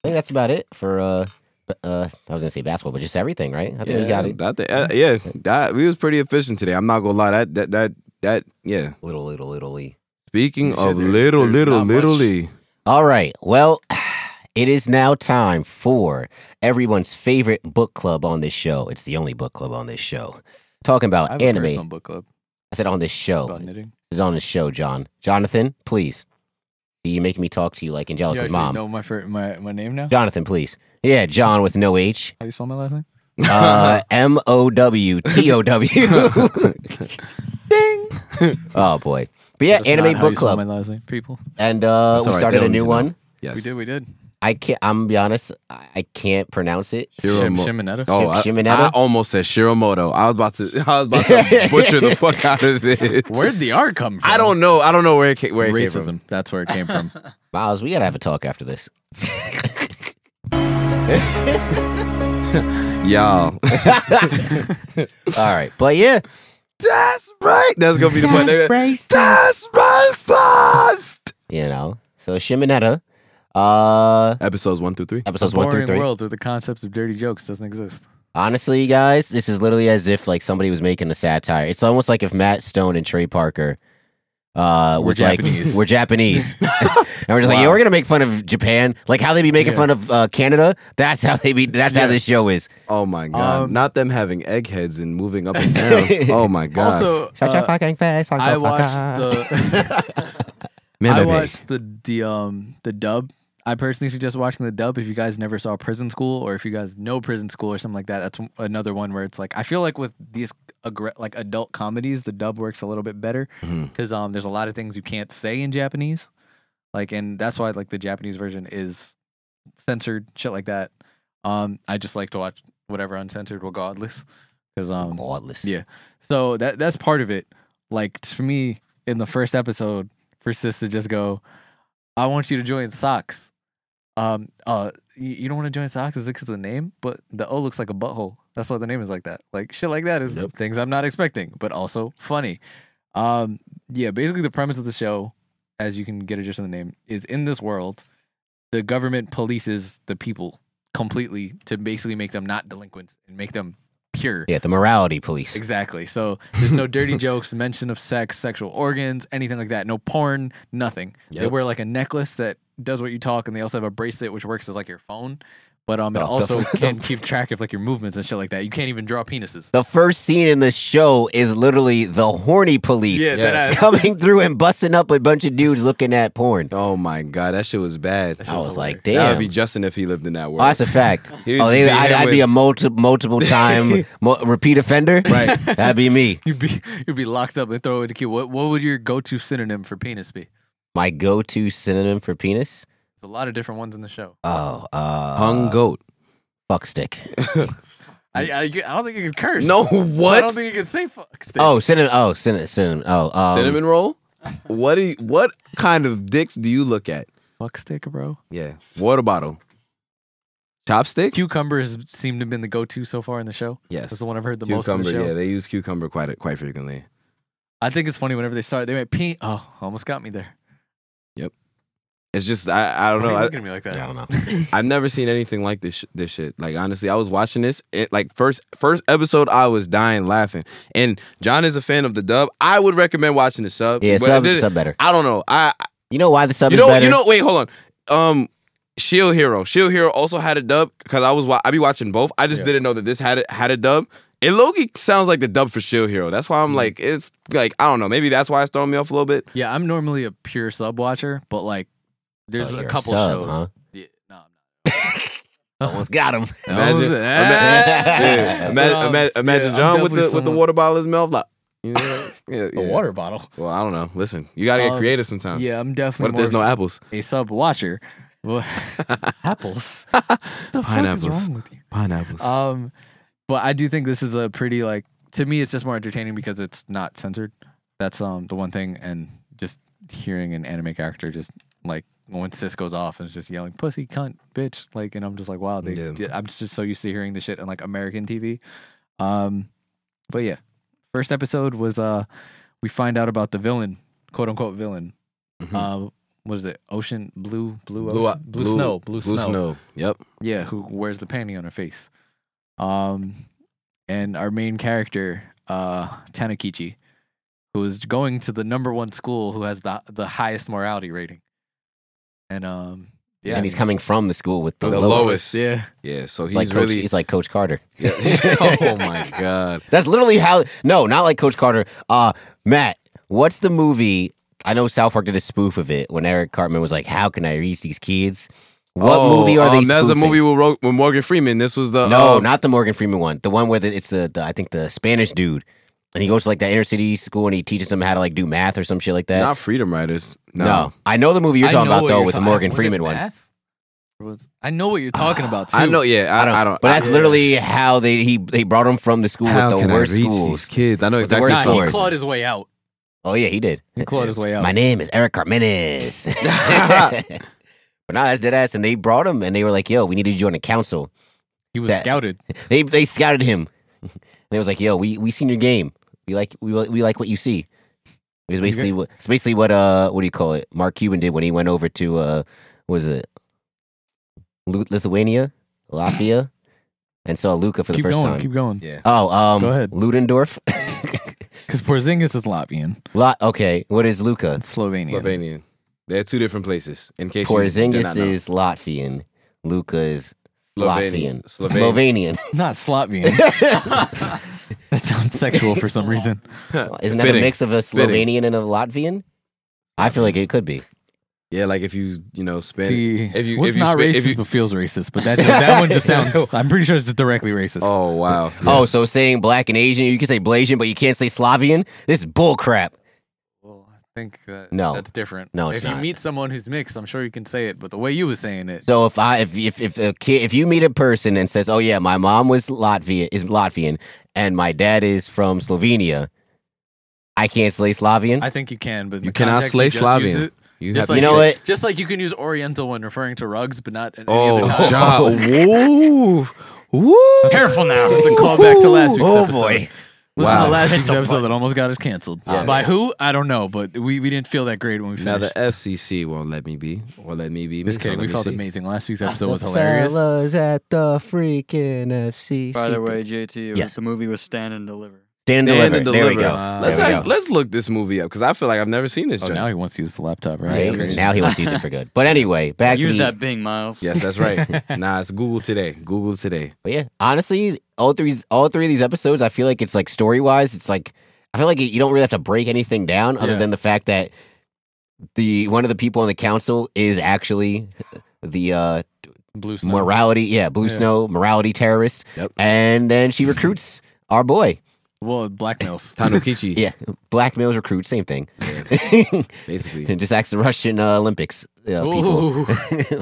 I think that's about it for uh, b- uh I was gonna say basketball, but just everything, right? I think we got it. That, thi- uh, yeah, that, we was pretty efficient today. I'm not gonna lie. That that that that yeah. Little, little, little Lee. Speaking You said of there's- little, there's little, not little much. Lee, All right. Well, it is now time for everyone's favorite book club on this show. It's the only book club on this show. Talking I about have anime. a personal book club I said on this Oh, show. about knitting. It's on this show, John. Jonathan, please. You're making me talk to you like you Angelica's actually mom. know my, fir- my my name now. How Jonathan, please. Yeah, John with no H. do you spell my last name? Uh, M O W T O W. Ding. Oh, boy. But yeah, That's not Anime how Book you spell Club. My last name, people. and uh, That's we all right, started they a don't need new to know. one. yes, We did. We did. I can't. I'm gonna be honest. I I can't pronounce it. Hiro Shim, Mo- Shimonetta. Oh, I, Shimonetta? I almost said Shiromoto. I was about to. I was about to butcher the fuck out of it. Where'd the R come from? I don't know. I don't know where it came, where it came from. Racism. That's where it came from. Miles, we gotta have a talk after this. Y'all, All right, but yeah, That's right. That's gonna be the point. They're gonna- That's racist. You know, so Shimonetta, uh, Episodes one through three. episodes one through boring three. world where the concepts of dirty jokes doesn't exist. Honestly, guys, this is literally as if like somebody was making a satire. It's almost like if Matt Stone and Trey Parker uh was We're like Japanese. we're Japanese. and we're just like, yeah, we're gonna make fun of Japan. Like how they be making Yeah. fun of uh, Canada. That's how they be that's how Yeah. this show is. Oh my god! Um, Not them having eggheads and moving up and down. oh my god! Also, uh, fucking face. I watched the Man, I baby. watched the the um the dub. I personally suggest watching the dub if you guys never saw Prison School or if you guys know Prison School or something like that. That's another one where it's like I feel like with these aggr- like adult comedies, the dub works a little bit better because um there's a lot of things you can't say in Japanese, like and that's why like the Japanese version is censored shit like that. Um, I just like to watch whatever uncensored regardless because um Godless. Yeah. so that that's part of it. Like t- for me, in the first episode, for Sis to just go, "I want you to join Socks." Um, uh, you, you don't want to join Socks is because of the name, but the O looks like a butthole. That's why the name is like that. Like shit like that is things I'm not expecting, but also funny. Um, yeah, basically the premise of the show, as you can get it just in the name, is in this world, the government polices the people completely to basically make them not delinquents and make them pure. Yeah, the morality police. Exactly. So there's no dirty jokes, mention of sex, sexual organs, anything like that. No porn, nothing. They Yep. wear like a necklace that does what you talk, and they also have a bracelet which works as like your phone, but um, Oh, it also can keep track of like your movements and shit like that. You can't even draw penises. The first scene in the show is literally the horny police Yeah, that Yes. ass. coming through and busting up a bunch of dudes looking at porn. oh my god, that shit was bad. Oh, That shit I was like, damn. That would be Justin if he lived in that world. Oh, that's a fact. He would oh, just they, be I'd, him I'd be with- a multi, multiple time mo- repeat offender. Right. That'd be me. You'd be you'd be locked up and thrown away the key. What what would your go to synonym for penis be? My go to synonym for penis? There's a lot of different ones in the show. Oh, uh. Hung goat. Fuck stick. I I, I don't think you can curse. No, I don't what? think you can say fuck. Steve. Oh, cinnamon. Oh, cinnamon. cinnamon oh, um, Cinnamon roll? What do you, what kind of dicks do you look at? fuck stick, bro. Yeah. Water bottle. Chopstick? Cucumbers seem to have been the go to so far in the show. That's yes. the one I've heard the most in Cucumber. the show. yeah, they use cucumber quite quite frequently. I think it's funny whenever they start, they make pee. Oh, almost got me there. It's just I, I don't know. Why are you I, looking at me like that. I don't know. I've never seen anything like this. Sh- this shit. Like honestly, I was watching this. It, like first first episode, I was dying laughing. And John is a fan of the dub. I would recommend watching the sub. Yeah, But sub, this- sub better. I don't know. I You know why the sub you is know better? you know. Wait, hold on. Um, Shield Hero. Shield Hero also had a dub because I was wa- I be watching both. I just didn't know that this had a, had a dub. It Loki sounds like the dub for Shield Hero. That's why I'm Mm. like it's like I don't know. Maybe that's why it's throwing me off a little bit. Yeah, I'm normally a pure sub watcher, but like, there's Oh, a you're couple sub, shows. huh? Yeah, no, I'm Almost got him. not. That was Imagine- it. Yeah, Ah! imagine, Um, imagine, imagine yeah, I'm John with the definitely with the someone- water bottle in his mouth. Like, you know, yeah, a yeah. water bottle. Well, I don't know. Listen, you gotta get Um, creative sometimes. Yeah, I'm definitely What if there's no more apples? a sub watcher. Well, apples. What the fuck is Pineapples. wrong with you? Pineapples. Um, but I do think this is a pretty like to me. It's just more entertaining because it's not censored. That's um the one thing, and just hearing an anime character just like when Sis goes off and is just yelling "pussy, cunt, bitch," like, and I'm just like, wow, they. Yeah. did- I'm just so used to hearing this shit on like American TV. Um, but yeah, first episode was uh we find out about the villain, quote unquote villain. Uh, what is it? Ocean blue, blue, Blue- ocean, blue, blue- snow, blue, Blue snow. snow. Yep. Yeah, who wears the panty on her face. Um, and our main character, uh, Tanakichi, who is going to the number one school who has the the highest morality rating. And um, yeah, and he's coming from the school with the, The lowest. lowest. yeah, Yeah. So he's Like Coach, really. he's like Coach Carter. oh my god. That's literally how. No, not like Coach Carter. Uh, Matt, what's the movie? I know South Park did a spoof of it when Eric Cartman was like, "How can I reach these kids?" What Oh, movie are um, they? That's a spoofing? movie with, Ro- with Morgan Freeman. This was the No, um, not the Morgan Freeman one. The one where the, it's the, the I think the Spanish dude, and he goes to like that inner city school and he teaches them how to like do math or some shit like that. not Freedom Riders. No. no. I know the movie you're I talking know about what though you're with the ta- Morgan was it Freeman one. math? Or was- I know what you're talking about too. I know. Yeah. I, I don't. But that's I- literally how they he they brought him from the school How with can the I worst reach schools. these kids? I know With the exactly. worst what Nah, you're he scores. clawed his way out. Oh yeah, he did. He clawed his way out. My name is Eric Carmenes. but nah, that's dead ass. And they brought him and they were like, yo, we need to join a council. he was that- scouted. They they scouted him. And they was like, yo, we, we seen your game. We like we, li- we like what you see. It's basically what it's basically what uh what do you call it? Mark Cuban did when he went over to uh what was it Lu- Lithuania, Latvia, and saw Luca for the keep first going. time. Keep going. Yeah. Oh, um, Go ahead. Ludendorff. Because Porzingis is Latvian. Lot. Okay, what is Luca? That's Slovenian. Slovenian. They're two different places. In case you did not Porzingis know. is Latvian. Luca is Latvian. Slovenian. Slovenian. Not Slotvian. that sounds sexual for some reason. Isn't that a Fitting. mix of a Slovenian Fitting. and a Latvian? I feel like it could be. Yeah, like if you you know spin. See, if you what's if you not spin, racist if you, but feels racist, but that just, that one just sounds. I'm pretty sure it's just directly racist. Oh wow. Oh, so saying black and Asian, you can say Blasian, but you can't say Slavian? This is bullcrap. Well, Oh, I think that, No. that's different. No, it's if not. you meet someone who's mixed, I'm sure you can say it, but the way you were saying it, So if I if if if a kid if you meet a person and says, "Oh yeah, my mom was Latvia is Latvian and my dad is from Slovenia," I can't say Slavian. I think you can. But in You the cannot context, slay you just use Slavian. it. you Just have like, You know what? Just like you can use Oriental when referring to rugs, but not. At any Oh, other time. John. Woo. Woo. Careful now. It's a callback to last week's oh episode. boy. Listen Wow. to last week's episode that almost got us canceled. Yes. By who? I don't know, but we, we didn't feel that great when we Now the finished. FCC won't let me be. Won't let me be. Just So kidding. let We me felt see. amazing. Last week's episode was hilarious. Fellas at the freaking FCC. By the way, JT, it Yes. was the movie was Stand and Deliver. stand and Stand deliver. and There we deliver. Uh, go. Wow. Let's There we act- let's look this movie up because I feel like I've never seen this. Oh, joint. now he wants to use the laptop, Hey, right? Okay. now he wants to use it for good. But anyway, back to Use the- that Bing, Miles. Yes, that's right. nah, it's Google today. Google today. But yeah, honestly, all three all three of these episodes, I feel like it's like story wise, it's like I feel like you don't really have to break anything down other Yeah. than the fact that the one of the people on the council is actually the uh, Blue Snow. morality, yeah, Blue Yeah. Snow morality terrorist, Yep. and then she recruits our boy, Well, blackmails. Tanukichi. yeah, blackmails recruit, same thing, Basically. and just acts the Russian uh, Olympics uh, people. Ooh.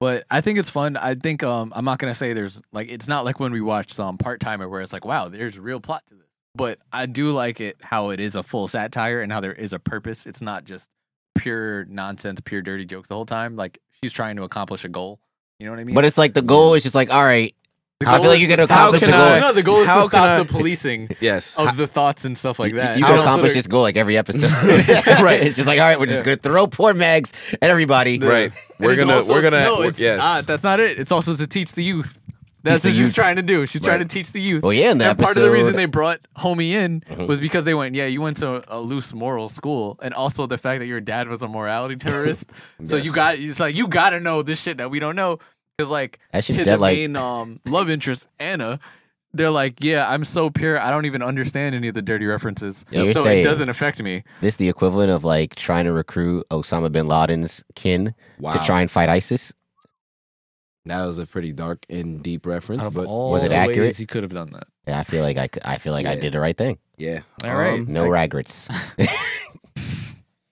But I think it's fun. I think um, I'm not gonna say there's like it's not like when we watched um, Part Timer where it's like wow there's real plot to this. But I do like it how it is a full satire and how there is a purpose. It's not just pure nonsense, pure dirty jokes the whole time. Like she's trying to accomplish a goal. You know what I mean? But it's like the goal is just like, all right, the I feel goal like is you to can stop- accomplish the no, goal. No, the goal is How to can stop I- the policing Yes. of the thoughts and stuff like that. You And can also accomplish there- this goal like every episode. Right. It's just like, all right, we're just gonna throw poor mags at everybody. right. And We're it's gonna. also- we're gonna. No, we're- it's yes. not. That's not it. It's also to teach the youth. That's the what she's youth. trying to do. She's trying to Right. teach the youth. Well, yeah, in the and part of the episode- reason Mm-hmm. they brought Homie in was because they went, yeah, you went to a loose moral school, and also the fact that your dad was a morality terrorist. So you Yes. got it's like you got to know this shit that we don't know because like That shit's the dead, like- main um, love interest Anna. They're like, yeah, I'm so pure. I don't even understand any of the dirty references, You're so saying- it doesn't affect me. This the equivalent of like trying to recruit Osama bin Laden's kin Wow. to try and fight ISIS. That was a pretty dark and deep reference, but was it accurate? He could have done that. Yeah, I feel like I, c- I feel like I Yeah. did the right thing. yeah. All right. No I- regrets.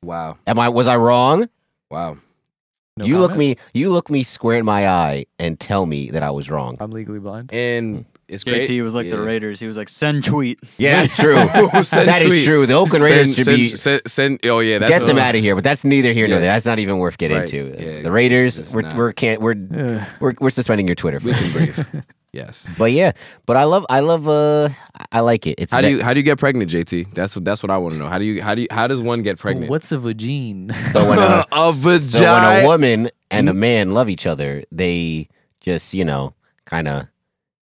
Wow. Am I was I wrong? Wow. No you look comment? me you look me square in my eye and tell me that I was wrong. I'm legally blind. And it's great. JT was like the Yeah. Raiders. He was like, send tweet. Yeah, that's true. Send That is tweet. true. The Oakland Raiders send, should send, be send, send- Oh yeah. That's get them a- out of here, but that's neither here nor Yeah. there. That's not even worth getting Right. into. Yeah, the it's- Raiders, it's we're, not. we're can't we're, we're we're suspending your Twitter. For We can breathe. yes. But yeah, but I love, I love, uh, I- I like it. It's How do ve- you how do you get pregnant, JT? That's what that's what I want to know. How do you how do you how does one get pregnant? Oh, What's a vagine? so when a, a so when a vagina? woman and a Mm-hmm. man love each other, they just you know kind of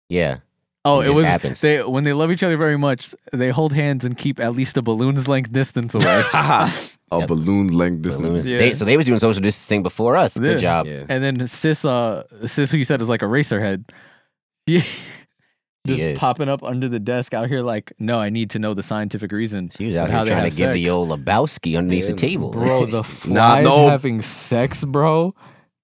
yeah. Oh, It it, just was happens. they when they love each other very much, they hold hands and keep at least a balloon's length distance away. a balloon length Balloons- distance. yeah. They, so they was doing social distancing before us. Good Yeah. job. Yeah. and then sis, uh, sis, who you said is like a racer head, she- just is. popping up under the desk out here like, no, I need to know the scientific reason. She was out of here how they trying to give have the sex. old Lebowski underneath the Yeah. table. bro the flies no. having sex, bro.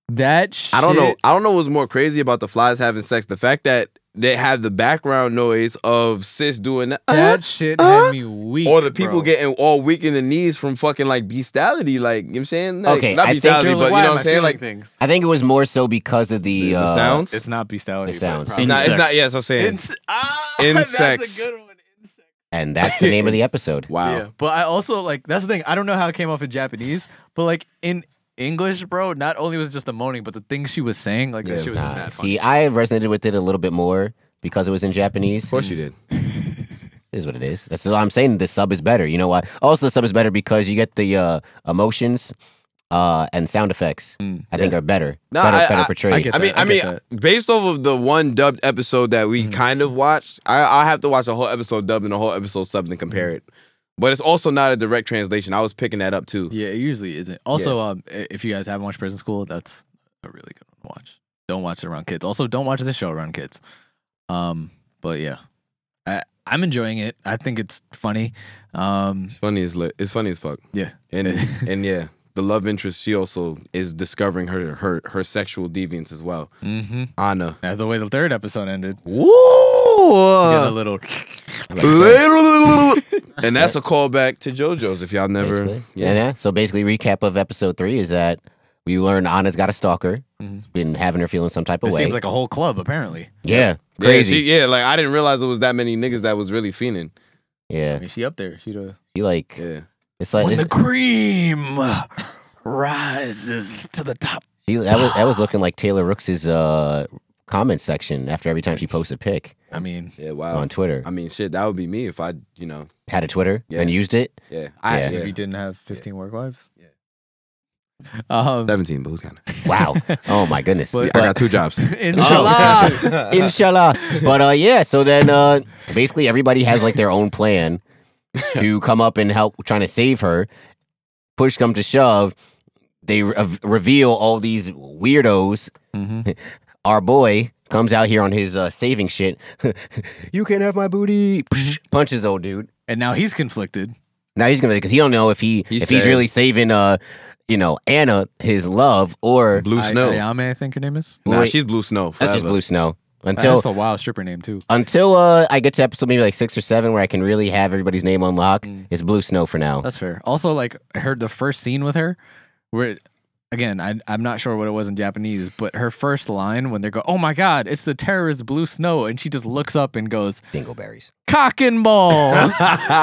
That shit, I don't know. I don't know what's more crazy about the flies having sex. The fact that they have the background noise of sis doing that, That shit Uh, had me weak. or the people bro. getting all weak in the knees from fucking like bestiality. Like you know what I'm saying, like, Okay, not I think bestiality, They're but like, you why know am what I I'm saying, feeling like things. I think it was more so because of the, the, uh, sounds. It's not bestiality. the but sounds. probably. It's not. It's not. Insects. Yes, I'm saying. Inse- ah, Insects. That's a good one. Insects. and that's the name of the episode. wow. Yeah, but I also like that's the thing. I don't know how it came off in Japanese, but like in English, bro, not only was it just the moaning, but the things she was saying, like Yeah, that she was just Nah, not funny. see, I resonated with it a little bit more because it was in Japanese. Of course you did. It is what it is. That's what I'm saying. The sub is better. You know why? Also, the sub is better because you get the uh, emotions uh, and sound effects. Hmm. I think are better. No, better, I- better I- portrayed. I mean, I, I mean, get based off of the one dubbed episode that we kind of watched, I, I have to watch a whole episode dubbed and a whole episode subbed and compare it. But it's also not a direct translation. I was picking that up too. Yeah, it usually isn't. Also, um, i- if you guys haven't watched Prison School, that's a really good one to watch. Don't watch it around kids. Also, don't watch this show around kids. Um, but yeah, I, I'm enjoying it. I think it's funny. Um, It's funny as lit. It's funny as fuck. yeah, And and yeah, the love interest she also is discovering her her her sexual deviance as well. mm-hmm. Anna. That's the way the third episode ended. Woo! You Uh. get a little. and that's a callback to JoJo's. If y'all never, Basically. Yeah. yeah. So basically, recap of episode three is that we learn Anna's got a stalker. Mhm. Been having her feeling some type of It way. seems like a whole club apparently. yeah, crazy. crazy. Yeah, she- yeah, like I didn't realize it was that many niggas that was really fiending. yeah, I mean, she up there. She the she like Yeah. it's like it's- cream rises to the top. she, that was that was looking like Taylor Rooks's uh, comment section after every time she posts a pic I mean, Yeah, wow. on Twitter. I mean, shit, that would be me if I, you know, Had a Twitter Yeah. and used it. yeah, I, Yeah. yeah. if you didn't have 15 work wives. Yeah. Um, seventeen, but who's kind of? Wow. oh my goodness. But- I got two jobs. Inshallah. Oh. Inshallah. But uh, yeah, so then uh, basically everybody has like their own plan to come up and help trying to save her. Push come to shove, they re- reveal all these weirdos. Our boy comes out here on his uh, saving shit. you can't have my booty. Psh, Mm-hmm. punches old dude. And now he's conflicted. Now he's gonna because he don't know if he, He if he's said- really saving uh you know Anna his love or Blue I- Snow. Ayame, I think her name is. Nah, Wait, she's Blue Snow. that's just forever. Blue Snow until That's a wild stripper name too. until uh, I get to episode maybe like six or seven where I can really have everybody's name on lock, Mm. it's Blue Snow for now. That's fair. Also, like I heard the first scene with her, where again I, I'm not sure what it was in Japanese, but her first line when they go, "Oh my God, it's the terrorist Blue Snow," and she just looks up and goes, Dingleberries. "Cock and balls."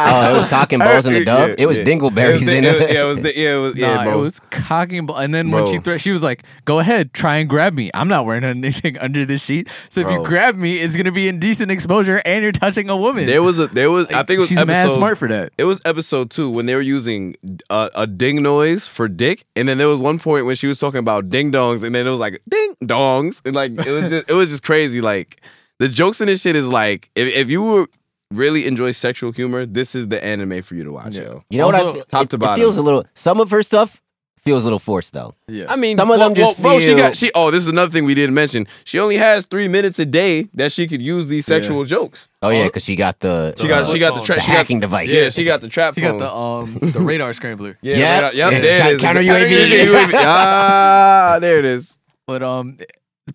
Oh, it was cock and balls in the dub. Yeah, it was yeah. It was dingleberries the- in it was- it. Yeah, it was the yeah, it was yeah, Nah, bro. it was cock and ball. And then when she Bro. threw, she was like, "Go ahead, try and grab me. I'm not wearing anything under this sheet. So if Bro. you grab me, it's gonna be indecent exposure, and you're touching a woman." there was a there was I think it was she's mad episode smart for that. It was episode two when they were using uh, a ding noise for dick, and then there was one point when she was talking about ding dongs, and then it was like ding dongs, and like it was just it was just crazy. Like the jokes in this shit is like if, if you were really enjoy sexual humor, this is the anime for you to watch. Yo, You know what I Also, feel? top it, to it bottom. feels a little. Some of her stuff feels a little forced though. I mean, Some of them just bro, she feel- got she. Oh, this is another thing we didn't mention. She only has three minutes a day that she could use these sexual jokes. Oh yeah, because she got the She got uh, she got the, The tra- the she got- hacking device. Yeah, she got the trap She phone. got the um the radar scrambler. Yeah, Yep. right, yep, Yeah. there it is. Counter Counter UAV. UAV. Ah, there it is. But um,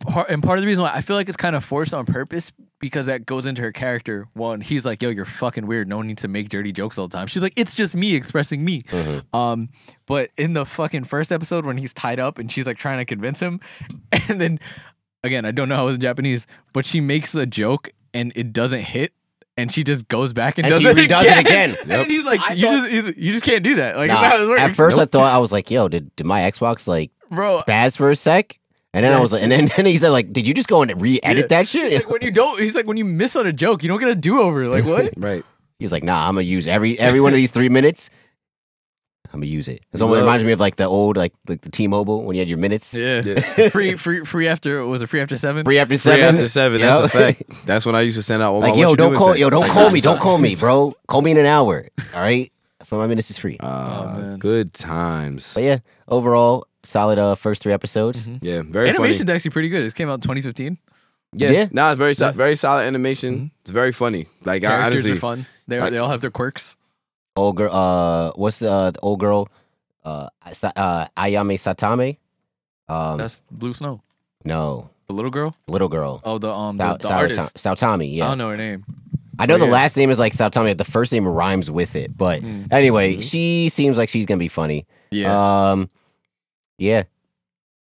part, and part of the reason why I feel like it's kind of forced on purpose because that goes into her character. One, he's like, "Yo, you're fucking weird. No need to make dirty jokes all the time." She's like, "It's just me expressing me." Mm-hmm. Um, but in the fucking first episode when he's tied up and she's like trying to convince him, and then again, I don't know how it was in Japanese, but she makes a joke and it doesn't hit. And she just goes back and, And does she it redoes again. it again. Yep. And he's like, "You just, he's, you just can't do that. Like, Nah, that's how this works." at first, I thought I was like, "Yo, did, did my Xbox like bro, spaz for a sec?" And then I was like, and then, then he said, "Like, did you just go and re-edit that shit?" like when you don't he's like when you miss on a joke you don't get a do-over like what Right. He was like, "Nah, I'm gonna use every every one of these three minutes. I'm gonna use it." It's almost Love reminds me of like the old like like the T-Mobile when you had your minutes yeah, free free free after was it free after seven free after Three seven. after seven. Yo. That's a fact. That's when I used to send out. Omar, like, what yo, you don't doing call, today? yo, don't It's call like, me, nah, don't call me, bro. Call me in an hour. All right, that's when my minutes is free. Uh, Ah, Oh, man. good times. But yeah, overall, solid uh first three episodes. Mm-hmm. Yeah, very animation's funny. actually pretty good it came out in 2015 Yeah, Yeah. no, it's very so- very solid animation. It's very funny. Like I Mm-hmm. characters honestly, are fun they are, they all have their quirks Old girl, uh, what's the, uh, the old girl, uh, Sa- uh, Ayame Satame? Um, that's blue snow no, the little girl little girl. oh the um the, Sao- the Sao- artist Saotami, yeah. i don't know her name I know Oh, the yeah. last name is like Saotami, but the first name rhymes with it. But Mm. anyway, she seems like she's gonna be funny. Uh, Um, yeah,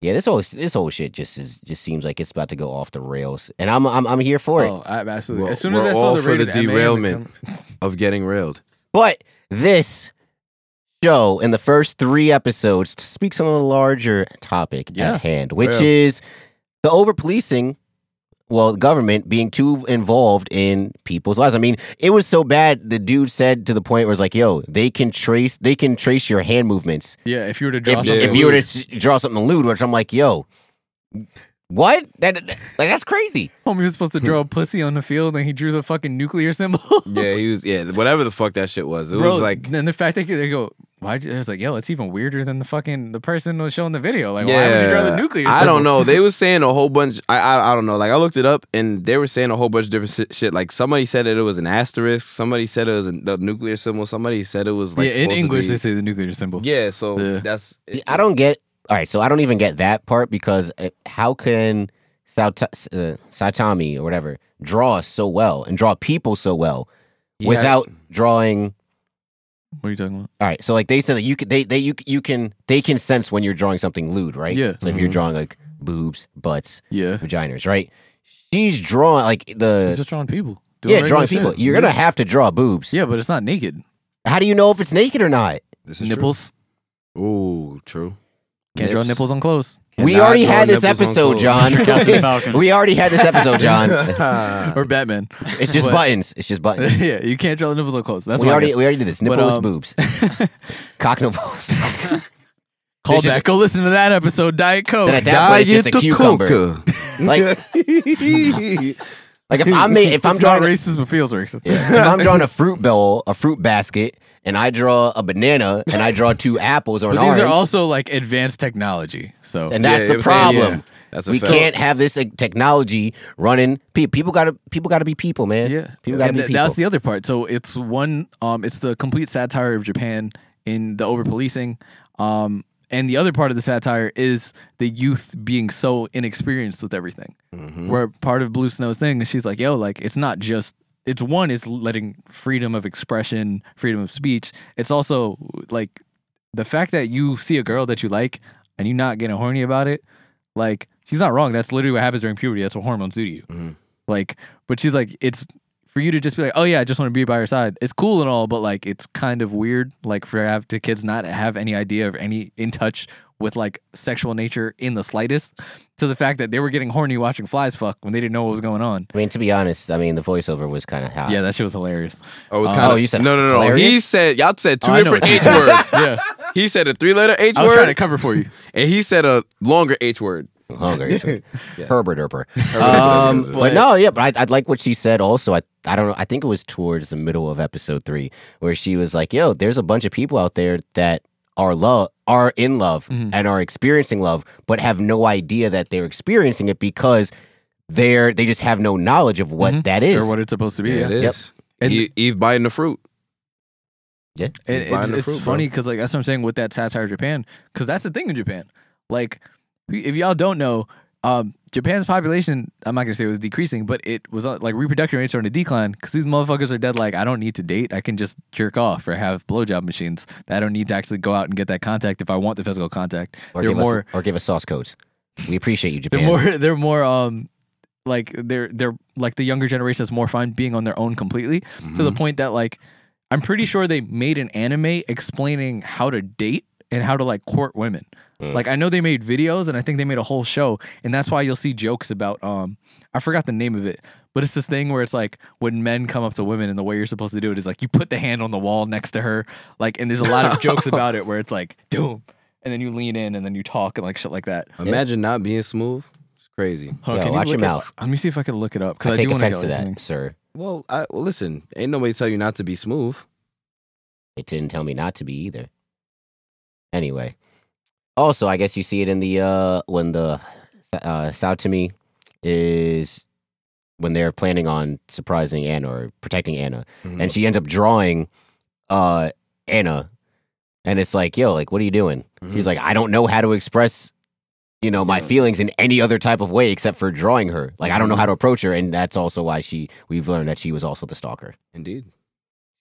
yeah. This whole this whole shit just is just seems like it's about to go off the rails, and I'm I'm I'm here for it. oh I, absolutely We're- as soon as we're i all saw the, for the rated MA, I'm like, derailment. of getting railed. But this show in the first three episodes speaks on a larger topic Yeah. at hand, which Yeah. is the over policing well, government being too involved in people's lives. I mean, it was so bad. The dude said to the point where it's like, "Yo, they can trace, they can trace your hand movements. Yeah, if you were to draw If, something, if you were to s- draw something lewd, which I'm like, yo, what? That like that's crazy. homie was supposed to draw a pussy on the field, and he drew the fucking nuclear symbol. Yeah, he was. Yeah, whatever the fuck that shit was. It Bro, was like, and the fact that they go, why? I was like, yo, it's even weirder than the fucking the person was showing the video. Like, why would you draw the Yeah. nuclear? I symbol? don't know. They was saying a whole bunch. I, I I don't know. Like I looked it up, and they were saying a whole bunch of different si- shit. Like somebody said that it was an asterisk. Somebody said it was an, the nuclear symbol. Somebody said it was like yeah, in supposed to English be- they say the nuclear symbol. yeah, so Yeah. that's. I don't get. All right, so I don't even get that part because uh, how can Saut- uh, Saitami or whatever draw so well and draw people so well Yeah. without drawing? What are you talking about? All right, so like they said that you can, they they you you can they can sense when you're drawing something lewd, right? Yeah. So if you're drawing like boobs, butts, Yeah, vaginas, right? She's drawing like it's the just drawing people. Doing yeah regular drawing shit. people. You're gonna have to draw boobs. Yeah, but it's not naked. How do you know if it's naked or not? This Nipples Ooh, true. can't draw Nips. nipples on clothes. we Cannot already draw had this nipples on episode, clothes. John. Captain Falcon. we already had this episode, John. Uh, or Batman. It's just But- buttons. It's just buttons. yeah, you can't draw the nipples on clothes. That's we what I already guess. we already did this. But, Nipples, um, boobs, cock, no balls. Call It's back. just- Go listen to that episode. Diet Coke. Then at that point, it's just a cucumber. Like, like if I'm ma- if I'm It's not drawing racist, but feels racist. Yeah. if I'm drawing a fruit bowl, a fruit basket, and I draw a banana and I draw two apples or But an these orange, are also like advanced technology. So and that's Yeah, the I'm saying, yeah. problem. That's a We fact. can't have this like, technology running. Pe- People gotta people gotta be people, man. yeah, people gotta And be th- people. that's the other part. So it's one. Um, it's the complete satire of Japan in the over policing. Um, and the other part of the satire is the youth being so inexperienced with everything. Mm-hmm. Where part of Blue Snow's thing is she's like, yo, like it's not just. It's one is letting freedom of expression, freedom of speech. It's also like the fact that you see a girl that you like and you not getting horny about it, like she's not wrong. That's literally what happens during puberty. That's what hormones do to you. Mm-hmm. Like, but she's like, it's for you to just be like, oh yeah, I just want to be by her side. It's cool and all, but like, it's kind of weird. Like for have to kids not have any idea of any in touch with like sexual nature in the slightest. To the fact that they were getting horny watching flies fuck when they didn't know what was going on. I mean, to be honest, I mean the voiceover was kind of hot. Yeah, that shit was hilarious. Oh, it's Uh, kind of. oh, you said no, no, no. He hilarious? said y'all said two Oh, I know different what H you said. words. Yeah, He said a three-letter H I was trying to word, cover for you. and he said a longer H word. Hunger. Herbert Herper. Um, But, no, yeah, but I, I like what she said also. I, I don't know. I think it was towards the middle of episode three where she was like, yo, there's a bunch of people out there that are love are in love Mhm. and are experiencing love, but have no idea that they're experiencing it because they're they just have no knowledge of what Mhm. that is. Or what it's supposed to be. yeah, yeah. it Yep. is. And- Eve, Eve biting the fruit. And He's buying it's, the it's fruit, bro. funny because like that's what I'm saying with that satire of Japan because that's the thing in Japan. Like if y'all don't know, um, Japan's population I'm not gonna say it was decreasing, but it was uh, like reproduction rates are on a decline because these motherfuckers are dead. Like I don't need to date, I can just jerk off or have blowjob machines. I don't need to actually go out and get that contact if I want the physical contact. or, they're give more us, or give us sauce codes. We appreciate you, they're Japan. more they're more um like they're they're like the younger generation is more fine being on their own completely to the point that like I'm pretty sure they made an anime explaining how to date and how to like court women. Like I know they made videos and I think they made a whole show and that's why you'll see jokes about um I forgot the name of it, but it's this thing where it's like when men come up to women and the way you're supposed to do it is like you put the hand on the wall next to her like and there's a lot of jokes about it where it's like doom and then you lean in and then you talk and like shit like that. Imagine not being smooth. It's crazy. Hold Yeah, on, can you watch your look it- mouth. let me see if I can look it up I because I, take do want to offense to that, sir. Well, I, well, listen, ain't nobody tell you not to be smooth. It didn't tell me not to be either. Anyway, also, I guess you see it in the uh when the uh, Sao to me is when they're planning on surprising Anna or protecting Anna, Mhm. and she ends up drawing uh Anna, and it's like, yo, like, what are you doing? She's like, I don't know how to express. You know my feelings in any other type of way except for drawing her. Like I don't know how to approach her, and that's also why she. We've learned that she was also the stalker. Indeed.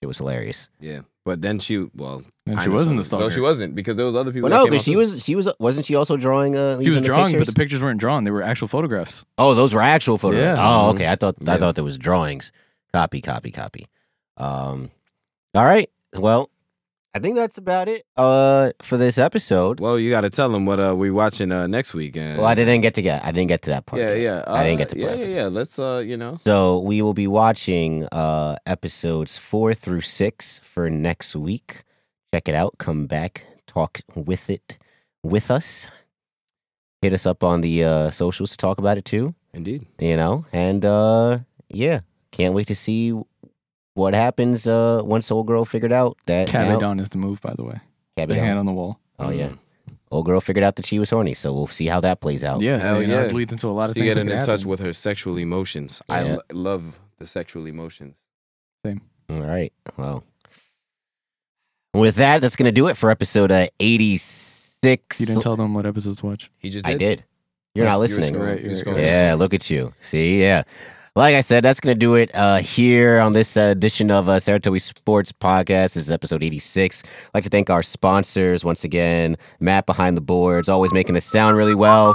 It was hilarious. Yeah. But then she, well, And she kinda wasn't the something. stalker. No, she wasn't because there was other people. Well, no, that came but out she too. was she was wasn't she also drawing? Uh, She was even the drawing, but pictures? the pictures weren't drawn. They were actual photographs. oh, those were actual photos. Yeah. Oh, okay. I thought I Mm-hmm. Yeah. thought there was drawings. Copy, copy, copy. Um, all right. Well, I think that's about it uh, for this episode. Well, you got to tell them what uh, we watching uh, next week. And, Well, I didn't get to get. I didn't get to that part. Yeah, yet. yeah. I didn't get uh, to Yeah, play. yeah, yeah. Let's, uh, you know. So we will be watching uh, episodes four through six for next week. Check it out. Come back. Talk with it with us. Hit us up on the uh, socials to talk about it too. Indeed. You know, and uh, yeah, can't wait to see what happens uh, once old girl figured out that now, Cabadon is the move, by the way. The Mm-hmm. Cabadon. hand on the wall. Oh yeah, old girl figured out that she was horny. So we'll see how that plays out. Yeah, Hell you know, yeah. it leads into a lot of She things. getting that in could touch happen. with her sexual emotions. I Yeah. l- love the sexual emotions. All right. Well, with that, that's going to do it for episode uh, 86. You didn't tell them what episodes to watch. He just I did. did. You're not Yeah, you were listening. scrolling, Right, you were right, right. scrolling. Yeah, look at you. See, yeah. Like I said, that's going to do it uh, here on this uh, edition of uh, Saratoga Sports Podcast. This is episode 86. I'd like to thank our sponsors once again. Matt behind the boards, always making us sound really well.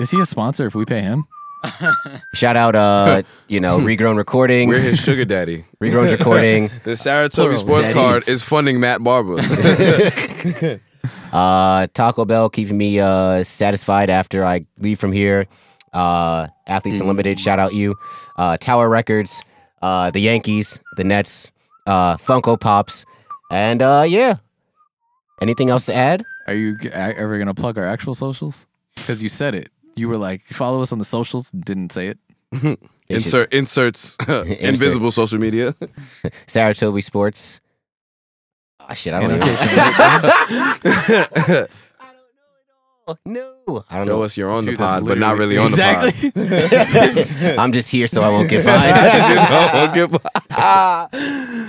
Is he a sponsor if we pay him? Shout out, uh, you know, Regrown We're Recordings, his sugar daddy. Regrown Recording. The Saratoga Plural, Sports daddies. Card is funding Matt Barber. Uh, Taco Bell keeping me uh, satisfied after I leave from here. Uh, Athletes Unlimited, shout out you. Uh, Tower Records, uh, the Yankees, the Nets, uh, Funko Pops, and uh, yeah. Anything else to add? Are you g- a- ever going to plug our actual socials? Because you said it. You were like, follow us on the socials, didn't say it. They should- Insert inserts invisible social media. Saratoga Sports. Ah, shit, I don't even know. Oh, I don't Show know. us you're on the Dude, that's pod, but not literally- really on the pod. exactly. I'm just here so I won't get fined.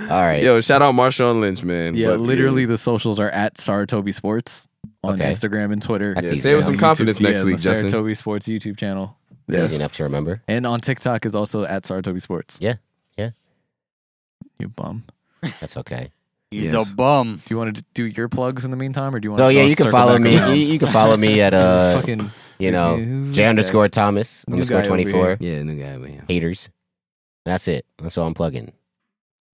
All right. Yo, shout out Marshawn Lynch, man. yeah, But, literally the socials are at Saratobi Sports on Okay. Instagram and Twitter. That's Yeah, easy say it with enough. some confidence YouTube- next yeah, week, the Justin. Saratobi Sports YouTube channel. Easy enough to remember. And on TikTok is also at Saratobi Sports. Yeah, yeah. You bum. That's okay. He's Yes. a bum. Do you want to do your plugs in the meantime, or do you want? So to yeah, you can follow me. You, you can follow me at uh, fucking you know, who's this J guy? underscore Thomas New underscore guy over twenty four. Yeah, new guy over here. Haters. That's it. That's all I'm plugging.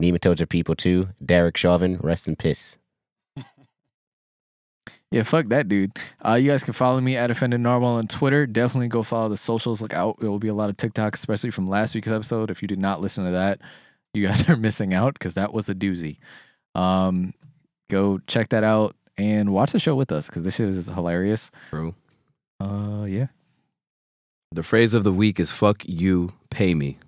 Nematodes are people too. Derek Chauvin, rest in piss. Yeah, fuck that dude. Uh, you guys can follow me at offended narwhal on Twitter. Definitely go follow the socials. Look out, there will be a lot of TikToks, especially from last week's episode. If you did not listen to that, you guys are missing out because that was a doozy. Um, go check that out and watch the show with us because this shit is hilarious. True. Uh, yeah. The phrase of the week is fuck you, pay me.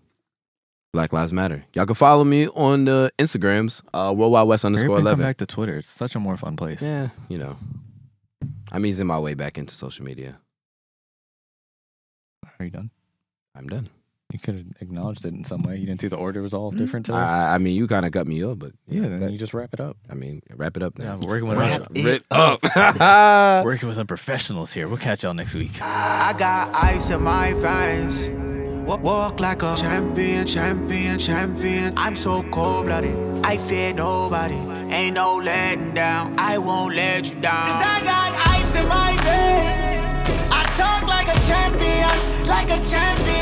Black Lives Matter. Y'all can follow me on the Instagrams, uh, Worldwide West Hurry underscore up and come 11. back to Twitter. It's such a more fun place. Yeah, you know. I'm easing my way back into social media. Are you done? I'm done. You could have acknowledged it in some way. You didn't see the order was all different today. I, I mean, you kind of cut me off, but yeah, then that- you just wrap it up. I mean, wrap it up Yeah, now. we're working with Wrap un- it up. working with unprofessionals here. We'll catch y'all next week. I got ice in my veins. Wa- Walk like a champion, champion, champion. I'm so cold blooded. I fear nobody. Ain't no letting down. I won't let you down. Cause I got ice in my veins. I talk like a champion, like a champion.